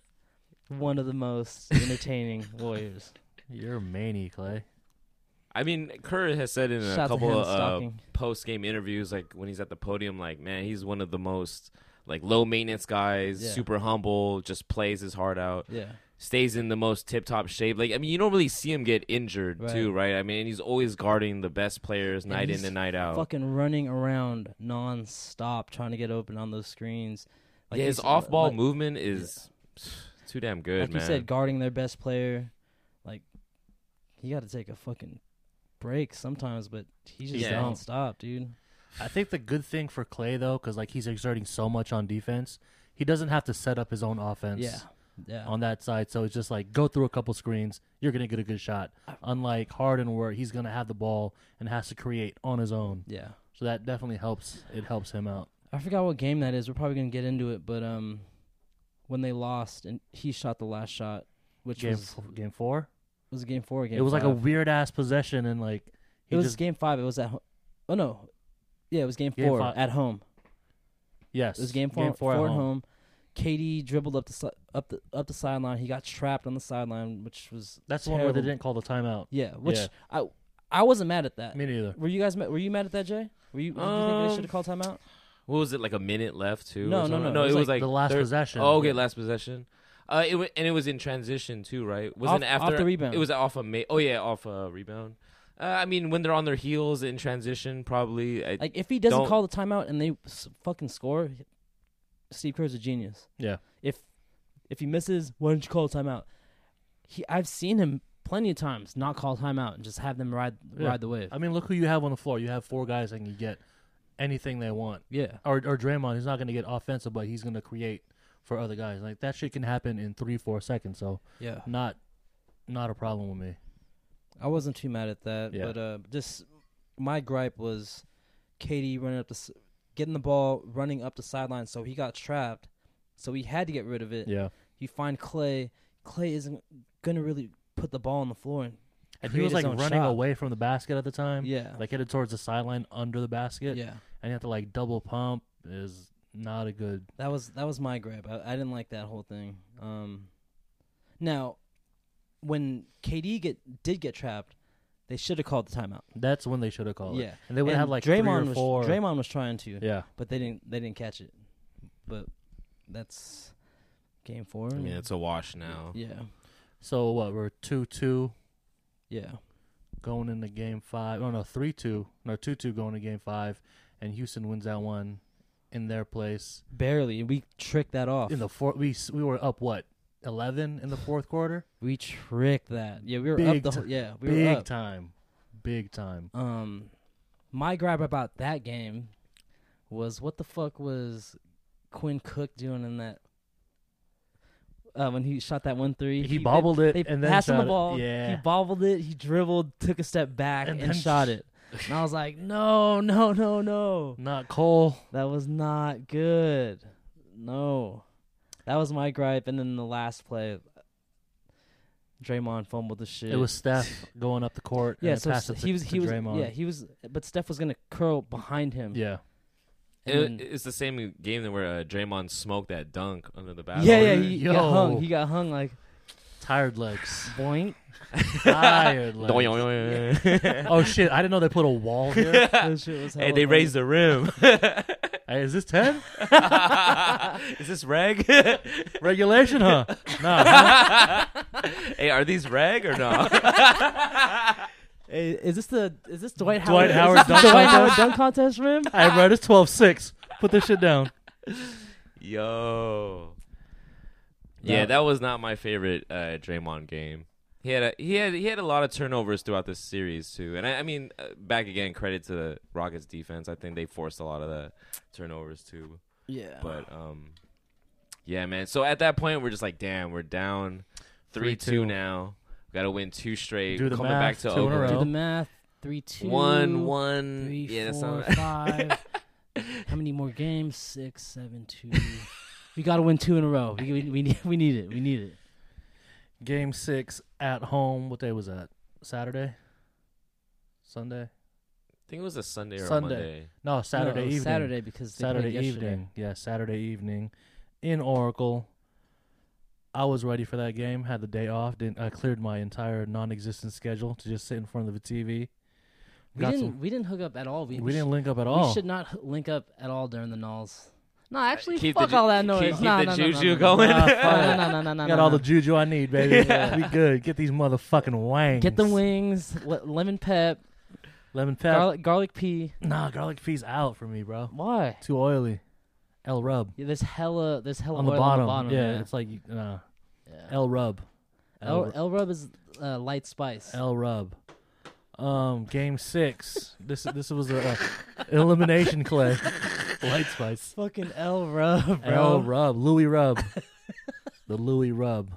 one of the most entertaining warriors.
You're a mania, Clay.
I mean, Kerr has said in a
Shout out to
couple
him,
of uh,
stalking.
post game interviews, like when he's at the podium, like man, he's one of the most like low maintenance guys,
Yeah.
super humble, just plays his heart out.
Yeah.
Stays in the most tip top shape. Like I mean, you don't really see him get injured
Right.
too, right? I mean, and he's always guarding the best players night in
he's
and night
Oh.
out.
Fucking running around non-stop trying to get open on those screens. Like
yeah,
you
his
uh,
said,
off ball
like-
movement is too damn good,
like
man.
you said, guarding their best player. Like you got to take a fucking break sometimes, but he just
Yeah.
don't stop, dude.
I think the good thing for Clay though, because like he's exerting so much on defense, he doesn't have to set up his own offense.
Yeah. Yeah.
On that side, so it's just like go through a couple screens, you're gonna get a good shot. Unlike Harden, where he's gonna have the ball and has to create on his own.
Yeah.
So that definitely helps. It helps him out.
I forgot what game that is. We're probably gonna get into it, but um, when they lost and he shot the last shot, which
Game
was
f- game four.
Was it game four? Or game
it was like a
five?
weird ass possession, and like he
It was
just
game five. It was at home. Oh no, yeah, it was game,
Game
four
five.
at home.
Yes,
it was game four.
game four at
at
home.
home. Katie dribbled up the si- up the up the sideline. He got trapped on the sideline, which was
That's the one where they
terrible.
didn't call the timeout.
Yeah, which
Yeah.
I I wasn't mad at that.
Me neither.
Were you guys? Ma- were you mad at that, Jay? Were you? Did you think they
Um,
should have called timeout?
What was it like a minute left too? or
No, no,
something?
no,
no. It was, like
the last
thir-
possession.
Oh, okay,
Yeah.
last possession. Uh, it wa and it was in transition too, right?
Off-
Wasn't it after
off the rebound.
It was off a ma- oh yeah, off a rebound. Uh, I mean, when they're on their heels in transition, probably. I
Like if he doesn't
don't-
call the timeout and they s- fucking score, Steve Kerr's a genius.
Yeah.
If if he misses, why don't you call a timeout? He I've seen him plenty of times not call timeout and just have them ride
Yeah.
ride the wave.
I mean, look who you have on the floor. You have four guys that can get anything they want.
Yeah.
Or or Draymond, he's not going to get offensive, but he's going to create for other guys. Like that shit can happen in three, four seconds. So
Yeah.
not not a problem with me.
I wasn't too mad at that,
Yeah.
but uh, just my gripe was Katie running up the s- getting the ball, running up the sideline, so he got trapped. So he had to get rid of it.
Yeah.
He find Clay. Clay isn't gonna really put the ball on the floor and,
And he
create
was
his
like
own
running
shot.
away from the basket at the time.
Yeah.
Like headed towards the sideline under the basket.
Yeah.
And you have to like double pump is not a good.
That was that was my gripe. I, I didn't like that whole thing. Um, now, when KD get did get trapped, they should have called the timeout.
That's when they should have called it.
yeah,
And they would have had, like, three or
Draymond was,
four.
Draymond was trying to.
Yeah.
but they didn't. They didn't catch it. But that's game four.
I mean, it's a wash now.
Yeah.
So what? We're two two.
Yeah.
Going into game five. Oh no, three two. No, two two going to game five, and Houston wins that one in their place.
Barely. We tricked that off.
In the fourth, we s- we were up what eleven in the fourth quarter.
We tricked that. Yeah, we were up the
ti-
whole- yeah, we were
big
up.
time, big time.
Um, my gripe about that game was what the fuck was Quinn Cook doing in that? Uh, when he shot that one three,
He bobbled
they,
it
They
and then
passed him
shot
the
it.
ball.
Yeah.
he bobbled it. He dribbled, took a step back, and,
And then
shot
sh-
it. And I was like, no, no, no, no,
not Cole.
That was not good. No, that was my gripe. And then the last play, Draymond fumbled the shit.
It was Steph going up the court.
Yeah,
and it
so
passed it to,
he was
to
he was
Draymond.
yeah he was, but Steph was gonna curl behind him.
Yeah,
It, it's the same game that where uh, Draymond smoked that dunk under the basket.
yeah, yeah. He, he got hung. He got hung like
tired legs.
Boink.
Tired
Doink, doink,
legs.
doink.
oh shit! I didn't know they put a wall here.
That shit was Hey, hella they raised funny. the rim.
Hey, is this ten?
Is this reg?
Regulation, huh? No. huh?
hey, are these reg or no?
Hey, is this the is this Dwight Howard?
Dwight Howard
is this
dunk
the Dwight Howard
contest?
dunk contest rim?
Hey, bro, it's 12-6. Put this shit down.
Yo. Yeah,
No.
that was not my favorite uh, Draymond game. He had a, he had he had a lot of turnovers throughout this series too, and I, I mean, uh, back again, credit to the Rockets defense. I think they forced a lot of the turnovers too.
Yeah.
but um, yeah, man. So at that point, we're just like, damn, we're down three two now. Got to win two straight.
Do the
Coming
math,
back to
two in a
Oakland.
row.
Do the math. Three two
One, one.
three,
Yeah, that's
four,
not right.
five. How many more games? Six, seven, two. we gotta win two in a row. We, we, we need we need it. We need it.
Game six at home. What day was that? Saturday? Sunday?
I think it was a Sunday or a
Sunday.
Monday.
No, Saturday
it was
evening.
Saturday because they played
Saturday
yesterday.
evening. Yeah, Saturday evening in Oracle. I was ready for that game. Had the day off. Didn't I cleared my entire non-existent schedule to just sit in front of the TV.
We didn't we didn't hook up at all. We,
We didn't
sh-
link up at
We
all.
should not h- link up at all during the nulls. No, actually,
Keep the
fuck
ju-
all that noise.
keep- keep
Nah,
the
nah, nah, nah,
juju
nah,
going.
Nah,
Nah,
fuck.
fuck.
no, no, no, no, no,
Got
no,
all
no.
the juju I need, baby.
Yeah.
We good. Get these motherfucking wangs.
Get the wings, le- lemon pep,
lemon pepper.
garlic, garlic pea.
Nah, garlic peas out for me, bro.
Why?
Too oily. L rub.
Yeah, there's hella, there's hella
on the
oil
bottom.
On the bottom
yeah, it's like uh, L rub.
L, L rub is uh, light spice.
L rub. Um, game six. this this was a uh, elimination clay. Light spice.
Fucking L rub, bro.
L rub. Louis rub. the Louis rub.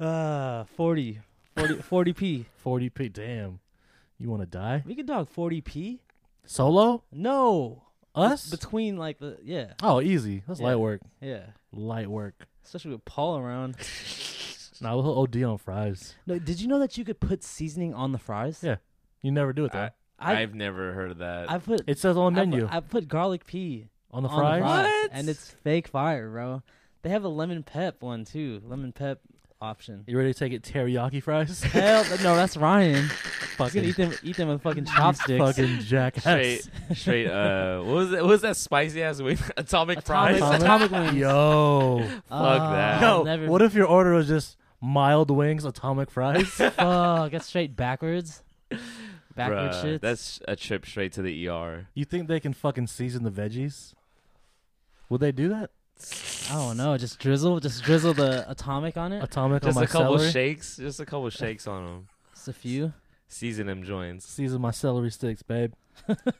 Uh, 40. 40, 40p.
40p. Damn. You want to die?
We could dog 40p?
Solo?
No.
Us?
Between like the, yeah.
Oh, easy. That's
Yeah.
light work.
Yeah.
Light work.
Especially with Paul around.
Nah, we'll OD on fries.
no, did you know that you could put seasoning on the fries?
Yeah. You never do it though.
I-
I've never heard of that.
I put
It says on the
I put-
menu.
I put, garlic pea
On the fries? What?
and it's fake fire, bro. They have a lemon pep one too. Lemon pep option.
You ready to take it teriyaki fries?
Hell, th- no, that's Ryan. He's
Fucking-
gonna eat them, eat them with fucking
You
chopsticks.
fucking jackass.
straight, straight. Uh, what was that? What was that spicy ass wing? Atomic fries.
Atomic wings.
Yo.
Fuck that.
Yo,
never-
what if your order was just mild wings, atomic fries?
Fuck, that's straight backwards. Backward
Bruh,
shit.
That's a trip straight to the ER.
you think they can fucking season the veggies? Would they do that?
I don't know. Just drizzle, just drizzle the atomic on it.
Atomic
Just
on my
a couple
celery?
shakes. Just a couple shakes on them.
Just a few.
Season them joints.
Season my celery sticks, babe.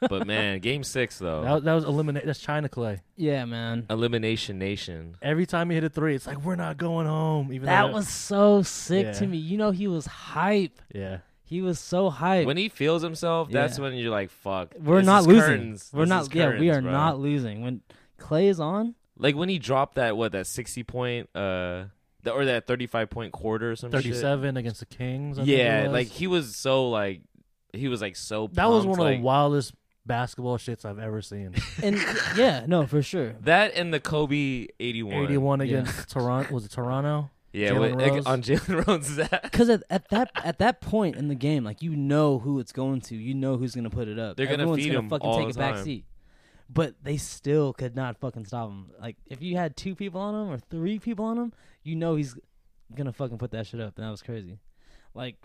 But man, game six though.
That, that was eliminate. That's China clay.
Yeah, man.
Elimination Nation.
Every time he hit a three, it's like we're not going home. Even
That
though-
was so sick
Yeah.
to me. You know, he was hype.
Yeah.
He was so hyped.
When he feels himself,
Yeah.
that's when you're like, "Fuck,
We're
this
not
is
losing.
Curtains.
We're
This
not.
is
yeah, we
curtains,
are
bro."
not losing. When Clay is on,
Like when he dropped that what that sixty point uh th- or that thirty five point quarter or some shit.
37 against the Kings. I think it
Yeah,
was.
like he was so like he was like so. Pumped,
that was one of
like,
the wildest basketball shits I've ever seen.
and yeah, no, for sure.
that and the Kobe eighty one.
81 against Toronto. Was it Toronto?
Yeah,
Jalen
with-
Rose.
on Jalen Rose. That
Because at, at that at that point in the game, like you know who it's going to, you know who's gonna put it up.
They're gonna
Everyone's
feed
gonna
him
fucking
all
take
the
a back
time.
seat. But they still could not fucking stop him. Like if you had two people on him or three people on him, you know he's gonna fucking put that shit up, and that was crazy. Like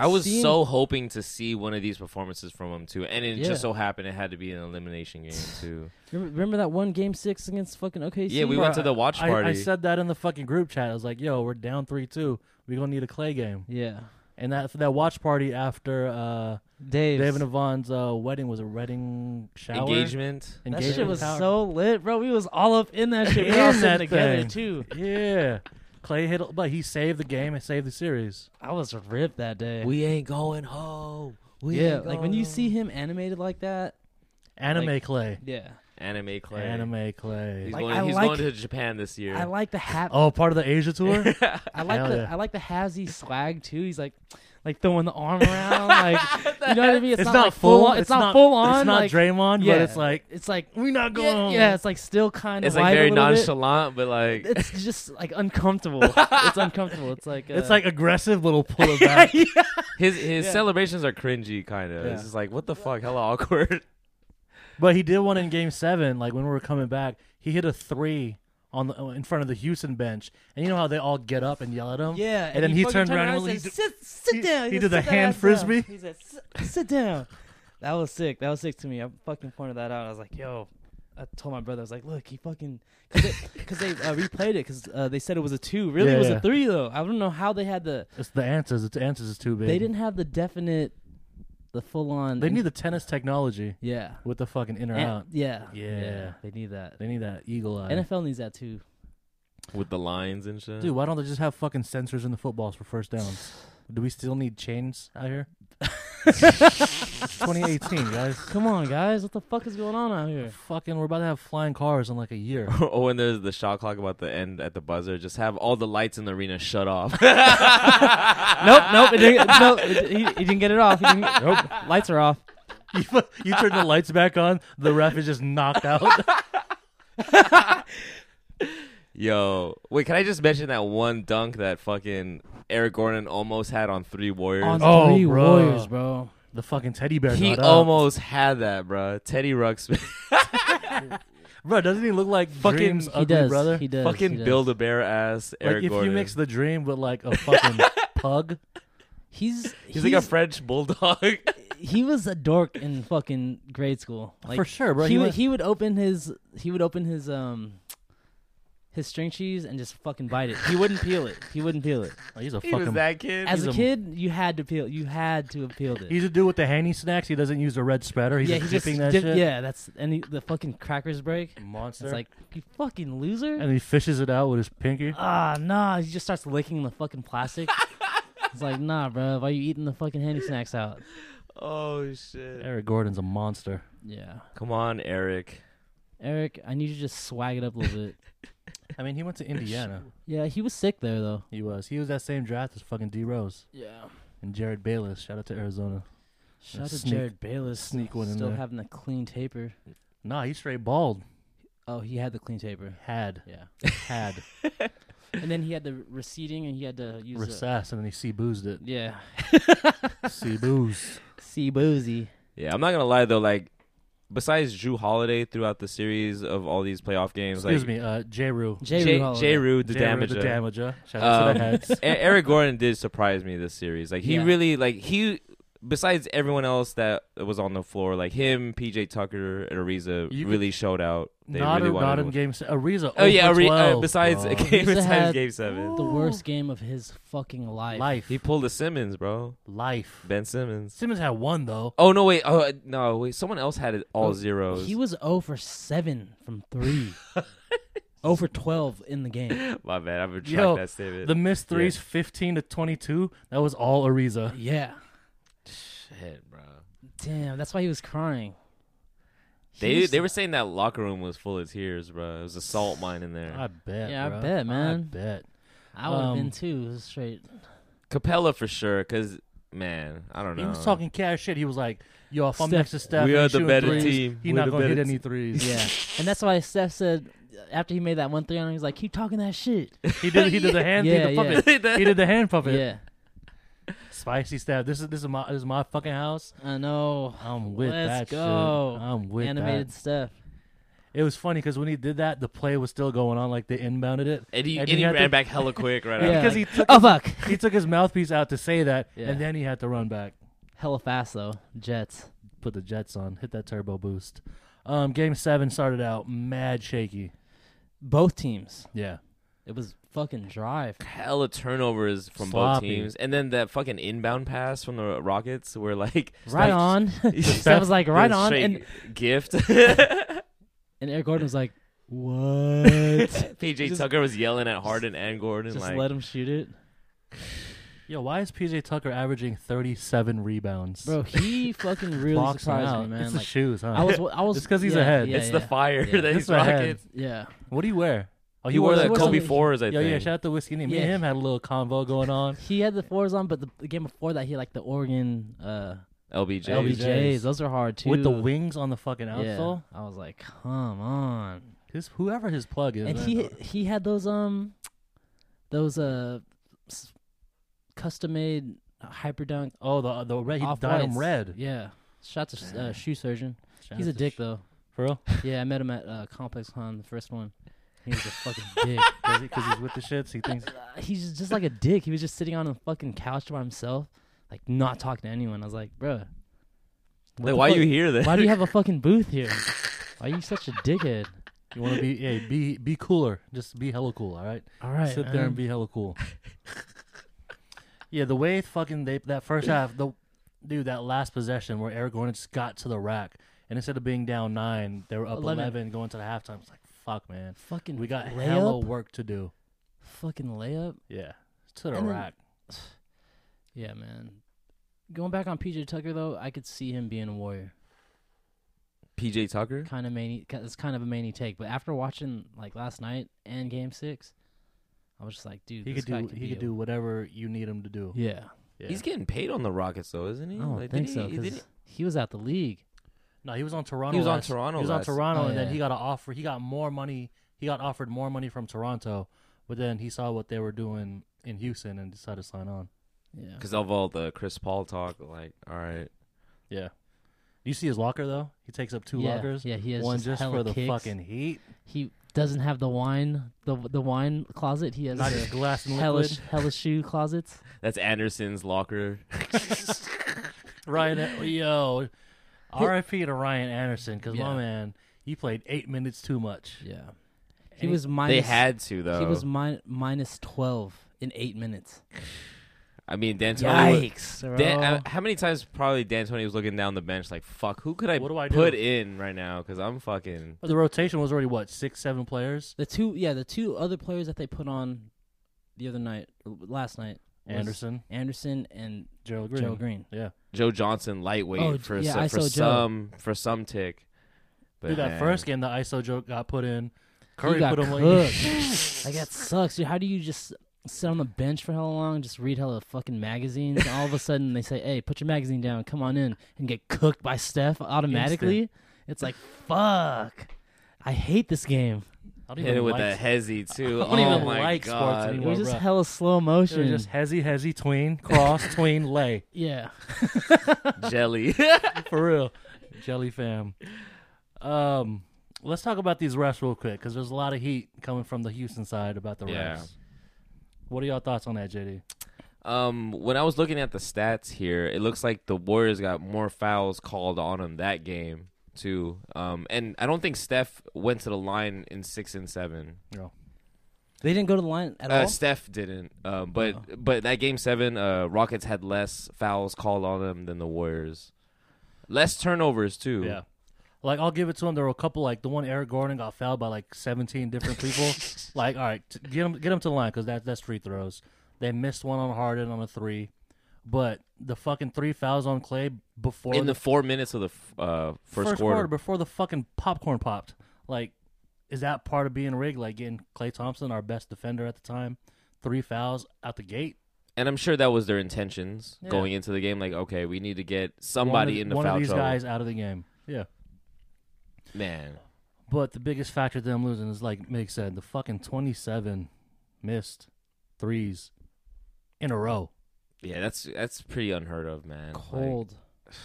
I was
seeing-
so hoping to see one of these performances from him too, and it
Yeah.
just so happened it had to be an elimination game too.
Remember, remember that one game six against fucking OKC?
Yeah, we went to the watch
I,
party.
I said that in the fucking group chat. I was like, "Yo, we're down three two. We gonna need a clay game."
Yeah.
And that that watch party after uh,
Dave's.
Dave and Yvonne's uh, wedding was a wedding shower
Engagement.
That
Engagement
shit was
tower.
so lit, bro. We was all up in that shit. We were all
In
sitting
that
together
thing.
too.
Yeah, Clay hit, but he saved the game and saved the series.
I was ripped that day.
We ain't going home. We
yeah,
ain't
like when
going
you see him animated like that,
Anime
like-
Clay.
Yeah,
Anime Clay.
Anime Clay.
He's,
Like, I
going, he's
like-
going to Japan this year.
I like the hat.
Oh, part of the Asia tour.
I like
Hell
the
yeah.
I like the hazy swag too. He's like, like throwing the arm around, like you know what I mean. It's,
It's
not,
not
like full.
full-
on, it's,
it's
not,
not-
full on.
it's not
like,
Draymond, but it's like-
it's like we're
not
Yeah,
going home.
yeah, it's like still kind of
it's like very nonchalant, but like
It's just like uncomfortable. it's uncomfortable. It's like
it's
uh,
like aggressive little pull it back.
his his
Yeah.
celebrations are cringy, kind of. It's just like what the fuck, hella awkward.
But he did one in Game Seven. Like when we were coming back, he hit a three on the, in front of the Houston bench, and you know how they all get up and yell at him.
Yeah,
and, then he,
fucking
turned around and
and
he
said,
did-
"Sit, sit down."
he
said,
did the
"Sit that
hand
ass down."
frisbee.
He said, "Sit- "Sit down." That was sick. That was sick to me. I fucking pointed that out. I was like, "Yo," I told my brother, "I was like, look, he fucking because they, uh, replayed it because uh, they said it was a two. Really, it
Yeah,
was
yeah.
a three though. I don't know how they had the
It's the answers. It's the answers is too big.
they didn't have the definite, the full on.
They need the tennis technology.
Yeah.
With the fucking in or
And-
out.
yeah.
Yeah.
Yeah, They need that.
They need that eagle eye.
NFL needs that too.
With the lines and shit.
Dude, why don't they just have fucking sensors in the footballs for first downs? Do we still need chains out here? It's 2018, guys.
Come on, guys. What the fuck is going on out here?
Fucking, we're about to have flying cars in like a year.
Or when Oh, there's the shot clock about the end at the buzzer, just have all the lights in the arena shut off.
nope, nope. It didn't, no, it, he, he didn't get it off. He didn't,
Nope.
Lights are off.
you, fu- you turn the lights back on, the ref is just knocked out.
Yo, wait, can I just mention that one dunk that fucking Eric Gordon almost had on three Warriors?
On
Oh,
three
bro.
Warriors, bro.
The fucking teddy bear.
he
got up.
almost had that, bro. Teddy Ruxpin,
Bro, doesn't he look like
Fucking-
Dream's
He
ugly
does,
brother?
he does.
fucking
does.
build a bear ass
Like
Eric
if
Gordon.
you mix the dream with like a fucking pug.
He's he's,
he's, like a French bulldog.
he was a dork in fucking grade school. Like,
For sure, bro.
He,
He
would
went-
he would open his he would open his um his string cheese and just fucking bite it. He wouldn't peel it. He wouldn't peel it.
Oh, he's a
he
fucking.
was that kid.
As
He's
a
a-
kid, you had to peel. You had to have peeled it.
He's a dude with the handy snacks. He doesn't use the red spreader. He's
yeah,
just
he
dipping that
dip-
shit.
Yeah, that's and he, the fucking crackers break.
Monster.
It's like you fucking loser.
And he fishes it out with his pinky.
ah, nah. He just starts licking the fucking plastic. it's like, nah, bro. Why you eating the fucking handy snacks out?
oh shit!
Eric Gordon's a monster.
Yeah,
Come on, Eric.
Eric, I need you to just swag it up a little bit.
I mean, he went to Indiana.
yeah, he was sick there though.
He was. He was that same draft as fucking D Rose
Yeah.
and Jared Bayless. Shout out to Arizona.
Shout out to
Sneak-
Jared Bayless.
sneak one in
Still
there.
having the clean taper.
Nah, he's straight bald.
Oh, he had the clean taper.
Had.
Yeah.
Had.
and then he had the receding, and he had to use the
Recess, and then he sea boozed it.
yeah.
Sea boozed.
See boozy.
Yeah, I'm not gonna lie though. Like, besides Drew Holiday throughout the series of all these playoff games,
Excuse
like,
me, uh, J. Rue.
J.
J.
Rue
J. Rue, the
J. Rue
damager.
the Damager. Shout out to the
Um,
heads.
E- Eric Gordon did surprise me this series. Like he
Yeah.
really like he besides everyone else that was on the floor, like him, PJ Tucker, and Ariza
You could-
really showed out. They
not
really
a,
wanted
not
to
in
win.
game seven. Ariza.
Oh yeah, Ari- uh,
12,
besides
bro.
game,
Ariza
besides
had-
game seven,
The worst game of his fucking life.
life,
he pulled a Simmons, bro.
life.
Ben Simmons.
Simmons had one though.
Oh no, wait. Oh no, wait. Someone else had it
Oh,
all zeros.
He was 0 for 7 from 3. 0 for 12 in the game.
My bad. I've retract
Yo,
that statement.
the missed
Yeah.
threes, fifteen to twenty-two. That was all Ariza.
Yeah.
Shit, bro.
Damn, that's why he was crying.
They
used
they were saying that locker room was full of tears, bro. It was a salt mine in there.
I bet.
yeah,
bro.
I bet, man.
I bet.
I would have
Um,
been too. Straight.
Capella for sure, cause man, I don't know.
He was talking cash shit. He was like, "Yo, if I'm
Steph-
next to Steph,
We
and
are
he's
the
shooting
better
threes,
team.
He
We're
not
the
gonna hit
better
any
team."
threes.
Yeah, and that's why Steph said after he made that one three on him, he's like, "Keep talking that shit."
He did. He did the hand.
Yeah,
he
yeah.
did the puppet. he did the hand puppet.
Yeah.
Spicy Steph. This is this is my this is my fucking house.
I know.
I'm with
Let's
that
go.
shit. I'm with
animated
that.
stuff.
It was funny because when he did that, the play was still going on. Like they inbounded it,
And he- and
then
he
had
ran back hella quick right
Yeah,
after.
because he
Like,
took
"Oh,
his,
fuck."
he took his mouthpiece out to say that,
Yeah.
and then he had to run back.
Hella fast though. Jets.
Put the Jets on. Hit that turbo boost. Um, game seven started out mad shaky.
Both teams.
Yeah.
It was fucking drive.
hella turnovers from
Sloppy.
both teams, and then that fucking inbound pass from the Rockets where like
Right on. Steph was like, right on,
Straight
and-
gift.
And Eric Gordon was like, "What?"
PJ
Just-
Tucker was yelling at Harden and Gordon.
Just
like,
let him shoot it,
Yo, why is PJ Tucker averaging 37 rebounds?
bro. He fucking really
Boxing
surprised me,
out.
man.
It's
like,
the shoes, huh?
I was, I was.
it's because he's
yeah,
ahead.
yeah, yeah.
fire that
It's
he's
the head.
rockets.
Yeah.
What do you wear? Oh,
He wore
wears-
that
wears
Kobe
something-
fours, I
Yo, yeah,
think.
shout out to Whiskey. Me
Yeah.
and him had a little convo going on.
He had the fours on, but the, the game before that, he had like the Oregon uh,
LBJs.
LBJs. Those are hard too.
With the wings on the fucking
Yeah.
outsole.
I was like, come on.
His whoever his plug is.
and
man.
he he had those um, those uh, s- custom made hyper dunk.
oh the the red he dyed
Off-whites.
him red.
Yeah. Shout to uh, shoe surgeon.
Shout
He's a
out to
dick
sh-
though.
For real?
Yeah, I met him at uh, Complex Con, the first one. He was a fucking dick.
Because he's with the shits. He thinks
He's just- just like a dick. He was just sitting on a fucking couch by himself, like not talking to anyone. I was like, bro,
Like, why you here then?
Why do you have a fucking booth here? Why are you such a dickhead?
you want to be hey be be cooler. Just be hella cool. All right.
All right, uh, um,
Sit there
man.
and be hella cool. yeah, the way fucking they that first half the dude that last possession where Eric Gordon just got to the rack and instead of being down nine they were up
11.
eleven, going to the halftime. It's like fuck man.
Fucking
we got
layup?
hella work to do.
Fucking layup.
Yeah. To the
And then-
rack.
Yeah, man. Going back on PJ Tucker though, I could see him being a warrior.
PJ Tucker.
Kind of many. It's kind of a many take, but after watching like last night and Game Six, I was just like, dude,
He
this
could do
guy
he
be
could
a-
do whatever you need him to do.
Yeah.
Yeah. Oh,
He's getting paid on the Rockets though, isn't he?
Oh, I don't
Like,
think so
didn't he-
because
didn't-
he, was out the league.
No, he was on Toronto.
was on
last-
Toronto
He was on
last-
Toronto,
Oh,
and then
yeah.
he got an offer. He got more money. He got offered more money from Toronto, but then he saw what they were doing in Houston and decided to sign on.
Yeah.
Because of all the Chris Paul talk, like, all right,
Yeah. You see his locker though. He takes up two
Yeah,
lockers.
yeah, he has
one
just
just,
hella
for the
kicks.
fucking heat.
He doesn't have the wine the the wine closet. He has
Not
the
his glass and
hellish
liquid.
hellish shoe closets.
that's Anderson's locker.
Ryan, uh, yo, R.I.P. to Ryan Anderson because my
Yeah.
man, he played eight minutes too much.
Yeah. He
And
was minus.
they had to though.
He was mi- minus twelve in eight minutes.
I mean, D'Antoni.
Yikes,
was-
bro.
Dan, uh, how many times probably D'Antoni was looking down the bench like, "Fuck, who could I,
What do I do?
put in right now? Because I'm fucking."
The rotation was already what six, seven players.
The two, yeah, the two other players that they put on the other night, last night, was
Anderson.
Anderson and
Gerald Green.
Joe Green.
Yeah.
Joe Johnson lightweight
Oh,
for
yeah,
so-
I
for
saw Joe.
some for some tick. But
Dude, that
man,
first game, the ISO joke got put in.
He
Curry
got
put him like,
cooked. like that sucks, dude. How do you just sit on the bench for how long, just read hella fucking magazines, and all of a sudden they say, "Hey, put your magazine down, come on in," and get cooked by Steph automatically? It's like, fuck. I hate this game.
I don't
hit it
even
with
like,
a hezzy too.
I don't
oh
even
my
like sports
God.
It
anymore.
was just
bruh.
hella slow
It was
motion.
just hezzy, hezzy, tween, cross, tween, lay.
yeah.
Jelly.
For real. Jelly fam. Um, let's talk about these refs real quick because there's a lot of heat coming from the Houston side about the refs.
Yeah.
What are y'all thoughts on that, JD?
Um, when I was looking at the stats here, it looks like the Warriors got more fouls called on them that game too. Um, and I don't think Steph went to the line in six and seven.
No.
They didn't go to the line at
Uh,
all.
Steph didn't. Uh, but
Uh-huh.
but that game seven, uh, Rockets had less fouls called on them than the Warriors. Less turnovers too.
Yeah. Like I'll give it to him. There were a couple, like the one Eric Gordon got fouled by like seventeen different people. like, all right, t- get him, get him to the line because that that's free throws. They missed one on Harden on a three,
But the fucking three fouls on Clay before
in the four minutes of the f- uh, first, quarter.
before the fucking popcorn popped. Like, is that part of being rigged? Like getting Clay Thompson, our best defender at the time, three fouls out the gate.
and I'm sure that was their intentions
Yeah.
going into the game. Like, okay, we need to get somebody
one of,
into
one
foul
of these
trouble.
guys out of the game. Yeah,
Man,
but the biggest factor them losing is like Mick said, the fucking twenty-seven missed threes in a row.
yeah, that's that's pretty unheard of, man. Like,
Cold.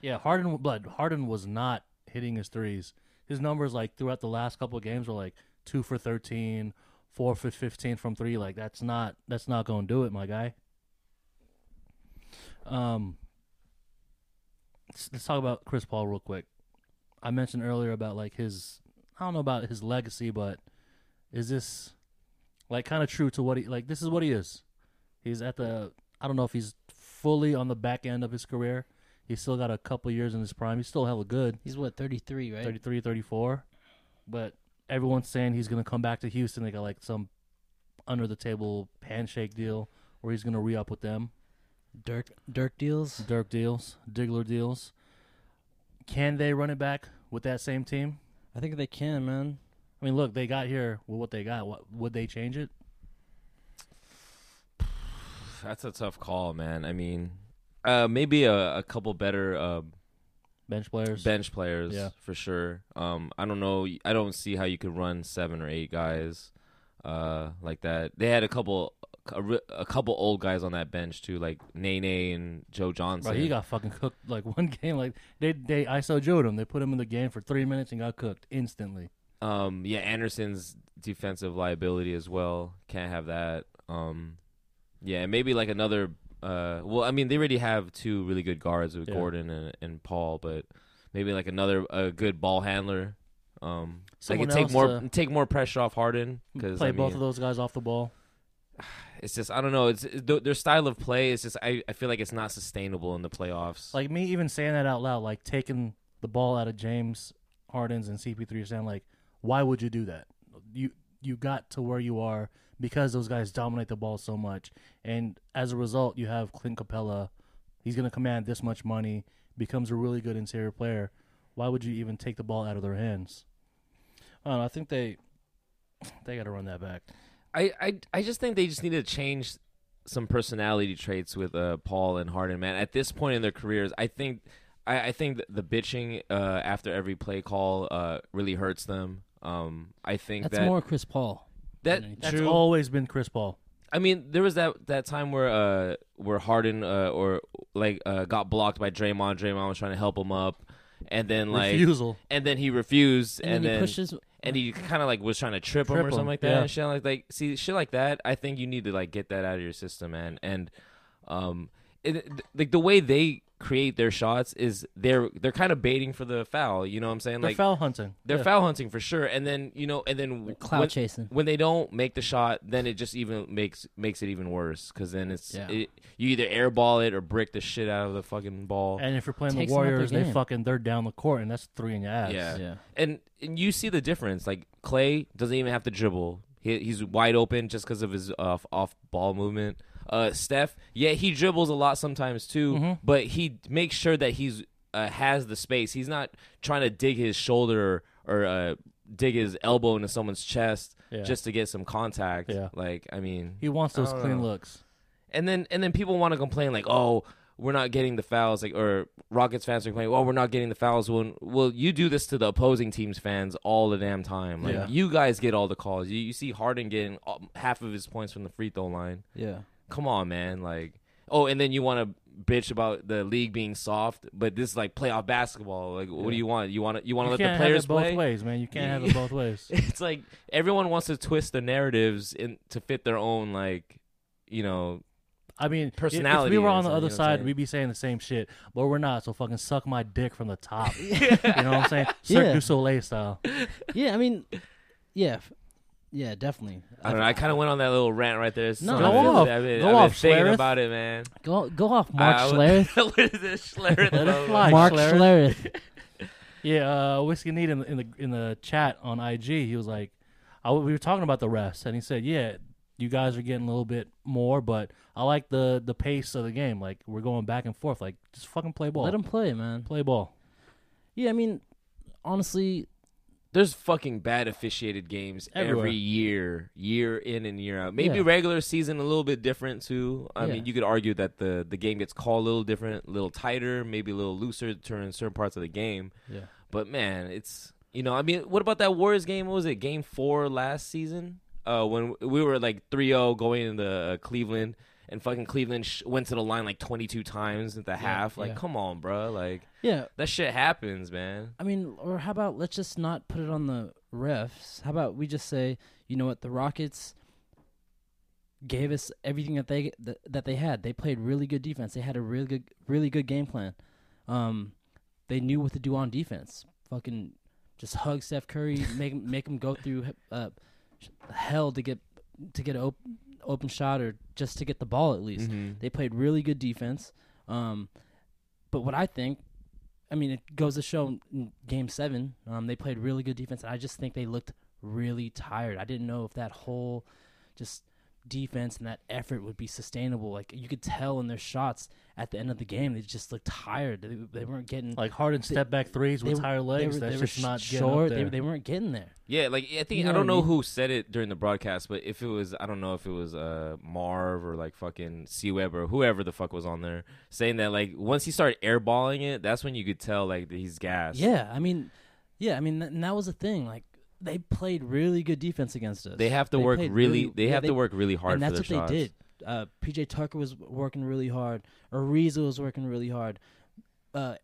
Yeah, Harden, but Harden was not hitting his threes. His numbers, like throughout the last couple of games, were like two for 13, four for fifteen from three. Like that's not that's not going to do it, my guy. Um, let's, let's talk about Chris Paul real quick. I mentioned earlier about like his, I don't know about his legacy, but is this like kind of true to what he like? This is what he is. He's at the. I don't know if he's fully on the back end of his career. He's still got a couple years in his prime. He's still hella good.
He's what 33, right?
33, 34. But everyone's saying he's going to come back to Houston. They got like some under the table handshake deal where he's going to re up with them.
Dirk Dirk deals.
Dirk deals. Diggler deals. Can they run it back with that same team?
I think they can, man.
I mean, look, they got here with what they got. What would they change it?
That's a tough call, man. I mean, uh, maybe a, a couple better um
bench players.
Bench players,
Yeah.
for sure. Um, I don't know. I don't see how you could run seven or eight guys uh, like that. They had a couple, a, re- a couple old guys on that bench too, like Nene and Joe Johnson.
Bro, he got fucking cooked like one game. Like they they ISO Joed him. They put him in the game for three minutes and got cooked instantly.
Um, yeah, Anderson's defensive liability as well. Can't have that. Um, yeah, and maybe like another. Uh, well, I mean, they already have two really good guards with
Yeah.
Gordon and, and Paul, but maybe like another a good ball handler. Um, I
Someone
can take
else
more
to-
take more pressure off Harden because
Play
I
both
mean,
of those guys off the ball.
It's just I don't know. It's th- their style of play is just I, I feel like it's not sustainable in the playoffs.
Like me even saying that out loud, like taking the ball out of James Harden's and CP3 saying like, why would you do that? You you got to where you are because those guys dominate the ball so much, and as a result, you have Clint Capella. He's going to command this much money, becomes a really good interior player. Why would you even take the ball out of their hands? I don't know. I think they they got to run that back.
I, I I just think they just need to change some personality traits with uh, Paul and Harden. Man, at this point in their careers, I think I, I think th- the bitching uh, after every play call uh, really hurts them. Um, I think
That's
that
more Chris Paul.
that
That's
true.
always been Chris Paul.
I mean, there was that that time where uh where Harden uh, or like uh got blocked by Draymond. Draymond was trying to help him up, and then like
Refusal.
and then he refused,
And
and,
then he
then
pushes-
and he kind of like was trying to trip, him
Trip
or
him,
something like that.
yeah.
And shit like like see shit like that. I think you need to like get that out of your system, man. And um, it, th- like the way they create their shots is they're they're kind of baiting for the foul. You know what I'm saying?
They're
like
foul hunting.
They're
Yeah.
foul hunting for sure. And then you know, and then
clout
when-
chasing.
when they don't make the shot, then it just even makes makes it even worse because then it's
Yeah.
it, you either airball it or brick the shit out of the fucking ball.
And if you're playing the Warriors, they fucking they're down the court, and that's three in your ass.
yeah. And, and you see the difference. Like Clay doesn't even have to dribble. He, he's wide open just because of his uh, off ball movement. Uh, Steph, yeah, he dribbles a lot sometimes too,
Mhm.
but he makes sure that he's uh, has the space. He's not trying to dig his shoulder or, or uh, dig his elbow into someone's chest
Yeah.
just to get some contact. Yeah. Like I mean,
He wants those
I don't
clean
know.
looks.
And then and then people want to complain like, oh, we're not getting the fouls, like or Rockets fans are complaining, oh, we're not getting the fouls. When well, you do this to the opposing team's fans all the damn time. Like
Yeah.
you guys get all the calls. You, you see Harden getting all- half of his points from the free throw line.
Yeah.
come on, man. Like oh, and then you want to bitch about the league being soft, but this is like playoff basketball. Like what do
Yeah.
you want? You want to you want to
You can't
let the
have
players
it both
play?
ways, man. You can't have it both ways.
it's like everyone wants to twist their narratives in to fit their own like you know
I mean, if-
personality
If we were
or
on the other
something, you know what I'm
side,
saying?
we'd be saying the same shit, but we're not. So fucking suck my dick from the top. You know what I'm saying? Cirque
Yeah.
du Soleil style.
yeah, I mean, yeah, f- yeah, definitely.
I don't know. I kind of went on that little rant right there.
No,
I've
go
been-
off.
I've been,
Go
I've been
off,
thinking
Schlereth.
about it, man.
Go go off, Mark
I-
Schlereth.
what is this Schlereth?
Let it
logo?
fly,
Mark
yeah, uh, whiskey need in, the- in the in the chat on IG. He was like, I, we were talking about the refs, and he said, yeah,
you guys are getting a little bit more, but I like the the pace of the game. Like we're going back and forth. Like just fucking play ball.
Let them play, man.
Play ball.
Yeah, I mean, honestly,
there's fucking bad officiated games
Everywhere.
every year, year in and year out. Maybe
Yeah. oh,
regular season a little bit different too. I
Yeah.
mean, you could argue that the the game gets called a little different, a little tighter, maybe a little looser during certain parts of the game.
Yeah.
But man, it's you know, I mean, what about that Warriors game? What was it? Game 4 last season? Uh when we were like 3-0 going into uh, Cleveland and fucking Cleveland sh- went to the line like 22 times at the half. Like,
yeah.
come on, bro. Like
Yeah.
That shit happens, man.
I mean, or how about let's just not put it on the refs? How about we just say, you know what, the Rockets gave us everything that they that, that they had. They played really good defense. They had a really good really good game plan. Um, they knew what to do on defense. Fucking just hug Steph Curry, make him make him go through uh, hell to get to get an op- open shot or just to get the ball at least.
Mhm.
They played really good defense. Um, but what I think, I mean, it goes to show in game seven, um, they played really good defense. And I just think they looked really tired. I didn't know if that whole just defense and that effort would be sustainable. Like you could tell in their shots at the end of the game, they just looked tired. They, they weren't getting
Like Harden
they-
step back threes with
they-
tired
they
legs.
were-
That's
they were
just not
sh-
getting up
short. They,
there.
they weren't getting there.
Yeah, like I think
You know
I don't
what I
know
mean?
who said it during the broadcast, but if it was I don't know if it was uh Marv or like fucking C Web or whoever the fuck was on there saying that like once he started airballing it, that's when you could tell like that he's gassed.
Yeah, I mean, yeah, I mean, th- and that was the thing. Like they played really good defense against us.
They have to work
played
really- they have to work really hard
and
for
that's
their
what they did.
shots.
Uh, PJ Tucker was w- working really hard. Ariza was working really hard. Uh,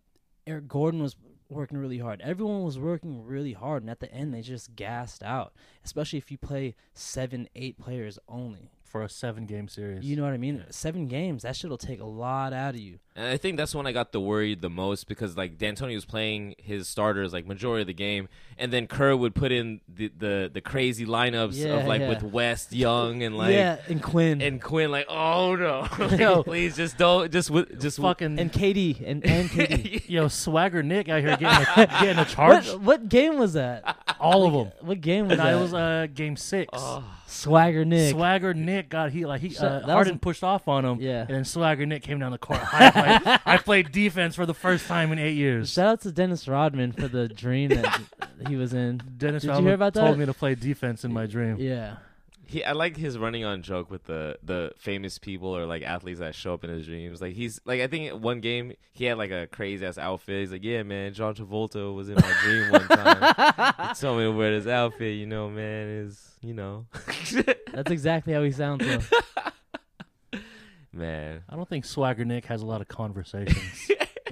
Eric Gordon was working really hard. Everyone was working really hard, and at the end, they just gassed out. Especially if you play seven, eight players only.
For a seven game series.
You know what I mean? Seven games, that shit'll take a lot out of you.
And I think that's when I got the worried the most because like D'Antoni was playing his starters like majority of the game, and then Kerr would put in the the, the crazy lineups
Yeah,
of like
yeah.
with West Young and like
yeah, and Quinn.
and Quinn like oh no,
Yo.
please just don't just w- just w-
and Katie and and Katie.
Yo, Swagger Nick out here getting a, getting a charge.
What, what game was that?
All of them.
What game was
And I
that?
was uh, game six.
Oh.
Swagger Nick.
Swagger Nick got he like he
Shut- that
uh,
was-
Harden pushed off on him.
Yeah.
and then Swagger Nick came down the court. I played, I played defense for the first time in eight years.
Shout out to Dennis Rodman for the dream that he was in.
Dennis
Did
Rodman
you hear about that?
told me to play defense in my dream.
Yeah.
He, I like his running on joke with the the famous people or like athletes that show up in his dreams. Like he's like I think at one game he had like a crazy ass outfit. He's like, yeah, man, John Travolta was in my dream one time. He told me to wear this outfit, you know, man. Is you know,
That's exactly how he sounds. Though.
man.
I don't think Swagger Nick has a lot of conversations.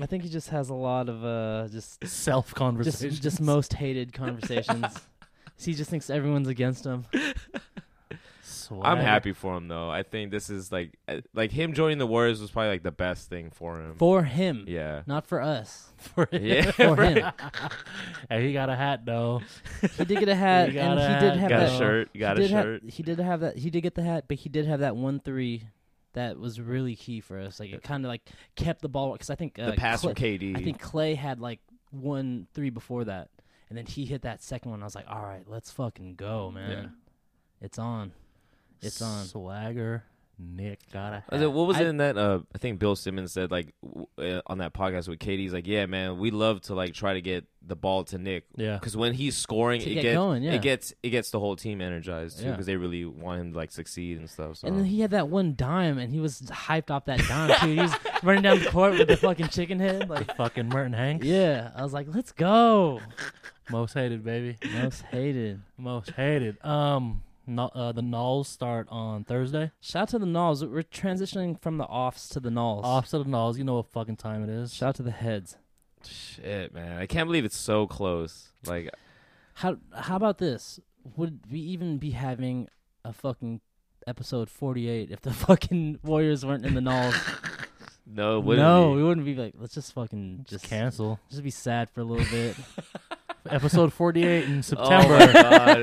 I think he just has a lot of uh, just
Self conversations.
Just, just most hated conversations. he just thinks everyone's against him.
I'm happy for him though. I think this is like uh, like him joining the Warriors was probably like the best thing for him.
For him.
Yeah.
Not for us.
For him.
Yeah,
for
right.
him.
Hey, he got a hat though.
He did get a hat,
He got
and
a
he did
hat,
have
Got a
that,
shirt,
he
got a
did have-
shirt.
he did have that. He did get the hat, but he did have that one three that was really key for us. Like it kind of like kept the ball because I think uh,
The pass from
Clay-
KD.
I think Clay had like one three before that, and then he hit that second one. I was like, all right, let's fucking go, man. It's on. It's on.
Swagger Nick got a
I
hat.
was like, what was
I-
it in that? Uh, I think Bill Simmons said like w- uh, on that podcast with Katie. He's like, yeah, man, we love to like try to get the ball to Nick.
Yeah.
because when he's scoring,
To
it
get
gets
going, yeah.
it gets it gets the whole team energized too
Yeah.
because they really want him to like succeed and stuff. So
And then
Oh.
he had that one dime, and he was hyped off that dime too. He was running down the court with the fucking chicken head, like
fucking Merton Hanks.
yeah. I was like, let's go.
Most hated, baby.
Most hated.
Most hated. Um, no, uh, the Nulls start on Thursday.
Shout out to the Nulls. We're transitioning from the offs to the Nulls.
Offset of Nulls, you know what fucking time it is.
Shout out to the heads.
shit, man, I can't believe it's so close. Like,
How how about this? Would we even be having a fucking episode forty eight if the fucking Warriors weren't in the Nulls?
no, it wouldn't
no,
be.
we wouldn't be like, let's just fucking just,
cancel.
Just be sad for a little bit.
Episode 48 in September.
Oh my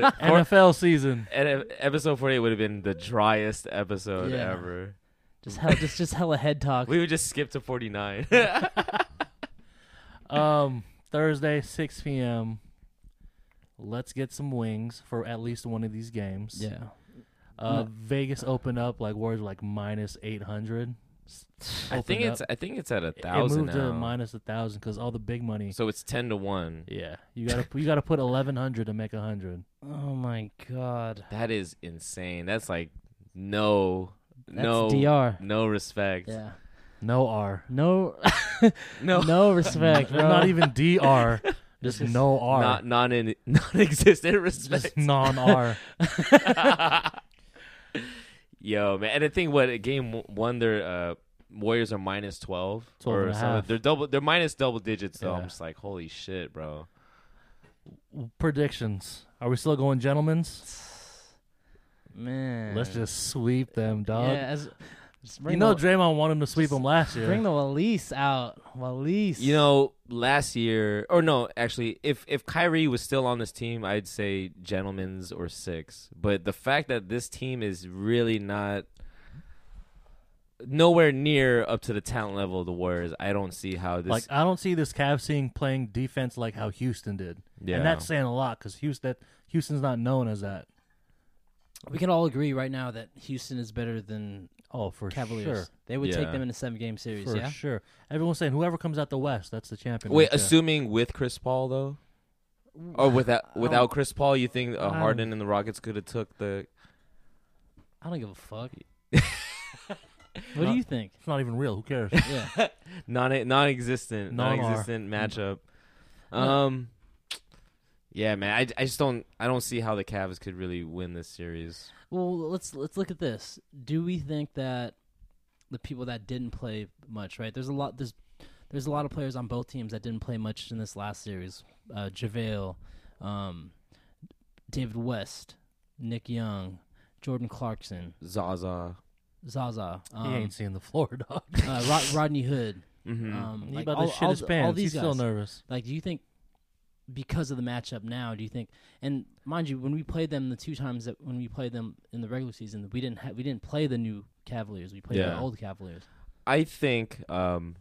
God.
NFL season.
And uh, episode 48 would have been the driest episode
Yeah.
ever.
Just hell just just hella head talk.
We would just skip to 49.
Um, Thursday, 6 p.m. Let's get some wings for at least one of these games.
yeah.
Uh,
No.
Vegas opened up like words like minus eight hundred.
I think it's- I think it's at a
It
thousand
moved to
now.
minus a thousand because all the big money.
So it's ten to one.
Yeah, you gotta you gotta put eleven hundred to make a hundred.
Oh my god.
That is insane. That's like no,
That's
no
DR.
no respect.
Yeah.
No R.
No.
no.
No respect, bro.
Not even DR. Just no R.
Not non non-existent respect.
Just non R.
Yo, man, and I think what game w- one, their uh, Warriors are minus twelve
12 and a
something.
half.
They're double. They're minus double digits. though.
Yeah.
I'm just like, holy shit, bro.
Predictions. Are we still going, gentlemen's?
Man.
Let's just sweep them, dog.
Yeah, as- just
you
bring
know,
the-
Draymond wanted him to sweep him last year.
Bring the Wallace out. Wallace.
You know, last year, or no, actually, if if Kyrie was still on this team, I'd say gentlemen's or six. But the fact that this team is really not nowhere near up to the talent level of the Warriors, I don't see how this.
like I don't see this Cavs team playing defense like how Houston did.
Yeah.
and that's saying a lot because Houston that Houston's not known as that.
We can all agree right now that Houston is better than
oh for
Cavaliers.
sure.
They would take
Yeah.
them in a seven game series.
For
yeah.
sure. Everyone's saying whoever comes out the West, that's the champion.
Wait,
right there.
assuming with Chris Paul though, or without
I
without
don't-
Chris Paul, you think uh,
I
Harden and the Rockets could have took the?
I don't give a fuck. what do you think?
It's not even real. Who cares?
Yeah.
non non-existent
Non-R.
non-existent
Mm.
matchup.
No.
Um, yeah, man, I, I just don't I don't see how the Cavs could really win this series.
Well, let's let's look at this. Do we think that the people that didn't play much, right? There's a lot. There's there's a lot of players on both teams that didn't play much in this last series. Uh, Javale, um, David West, Nick Young, Jordan Clarkson,
Zaza,
Zaza. um,
He ain't seen the floor, dog.
uh, Rod- Rodney Hood.
Mhm.
Um,
He
like
about to
all,
shit
all
his
th- all
pants.
these
He's still
guys.
nervous.
Like, do you think because of the matchup now? Do you think? And mind you, when we played them the two times that when we played them in the regular season, we didn't ha- we didn't play the new Cavaliers. We played
Yeah.
the old Cavaliers.
I think um,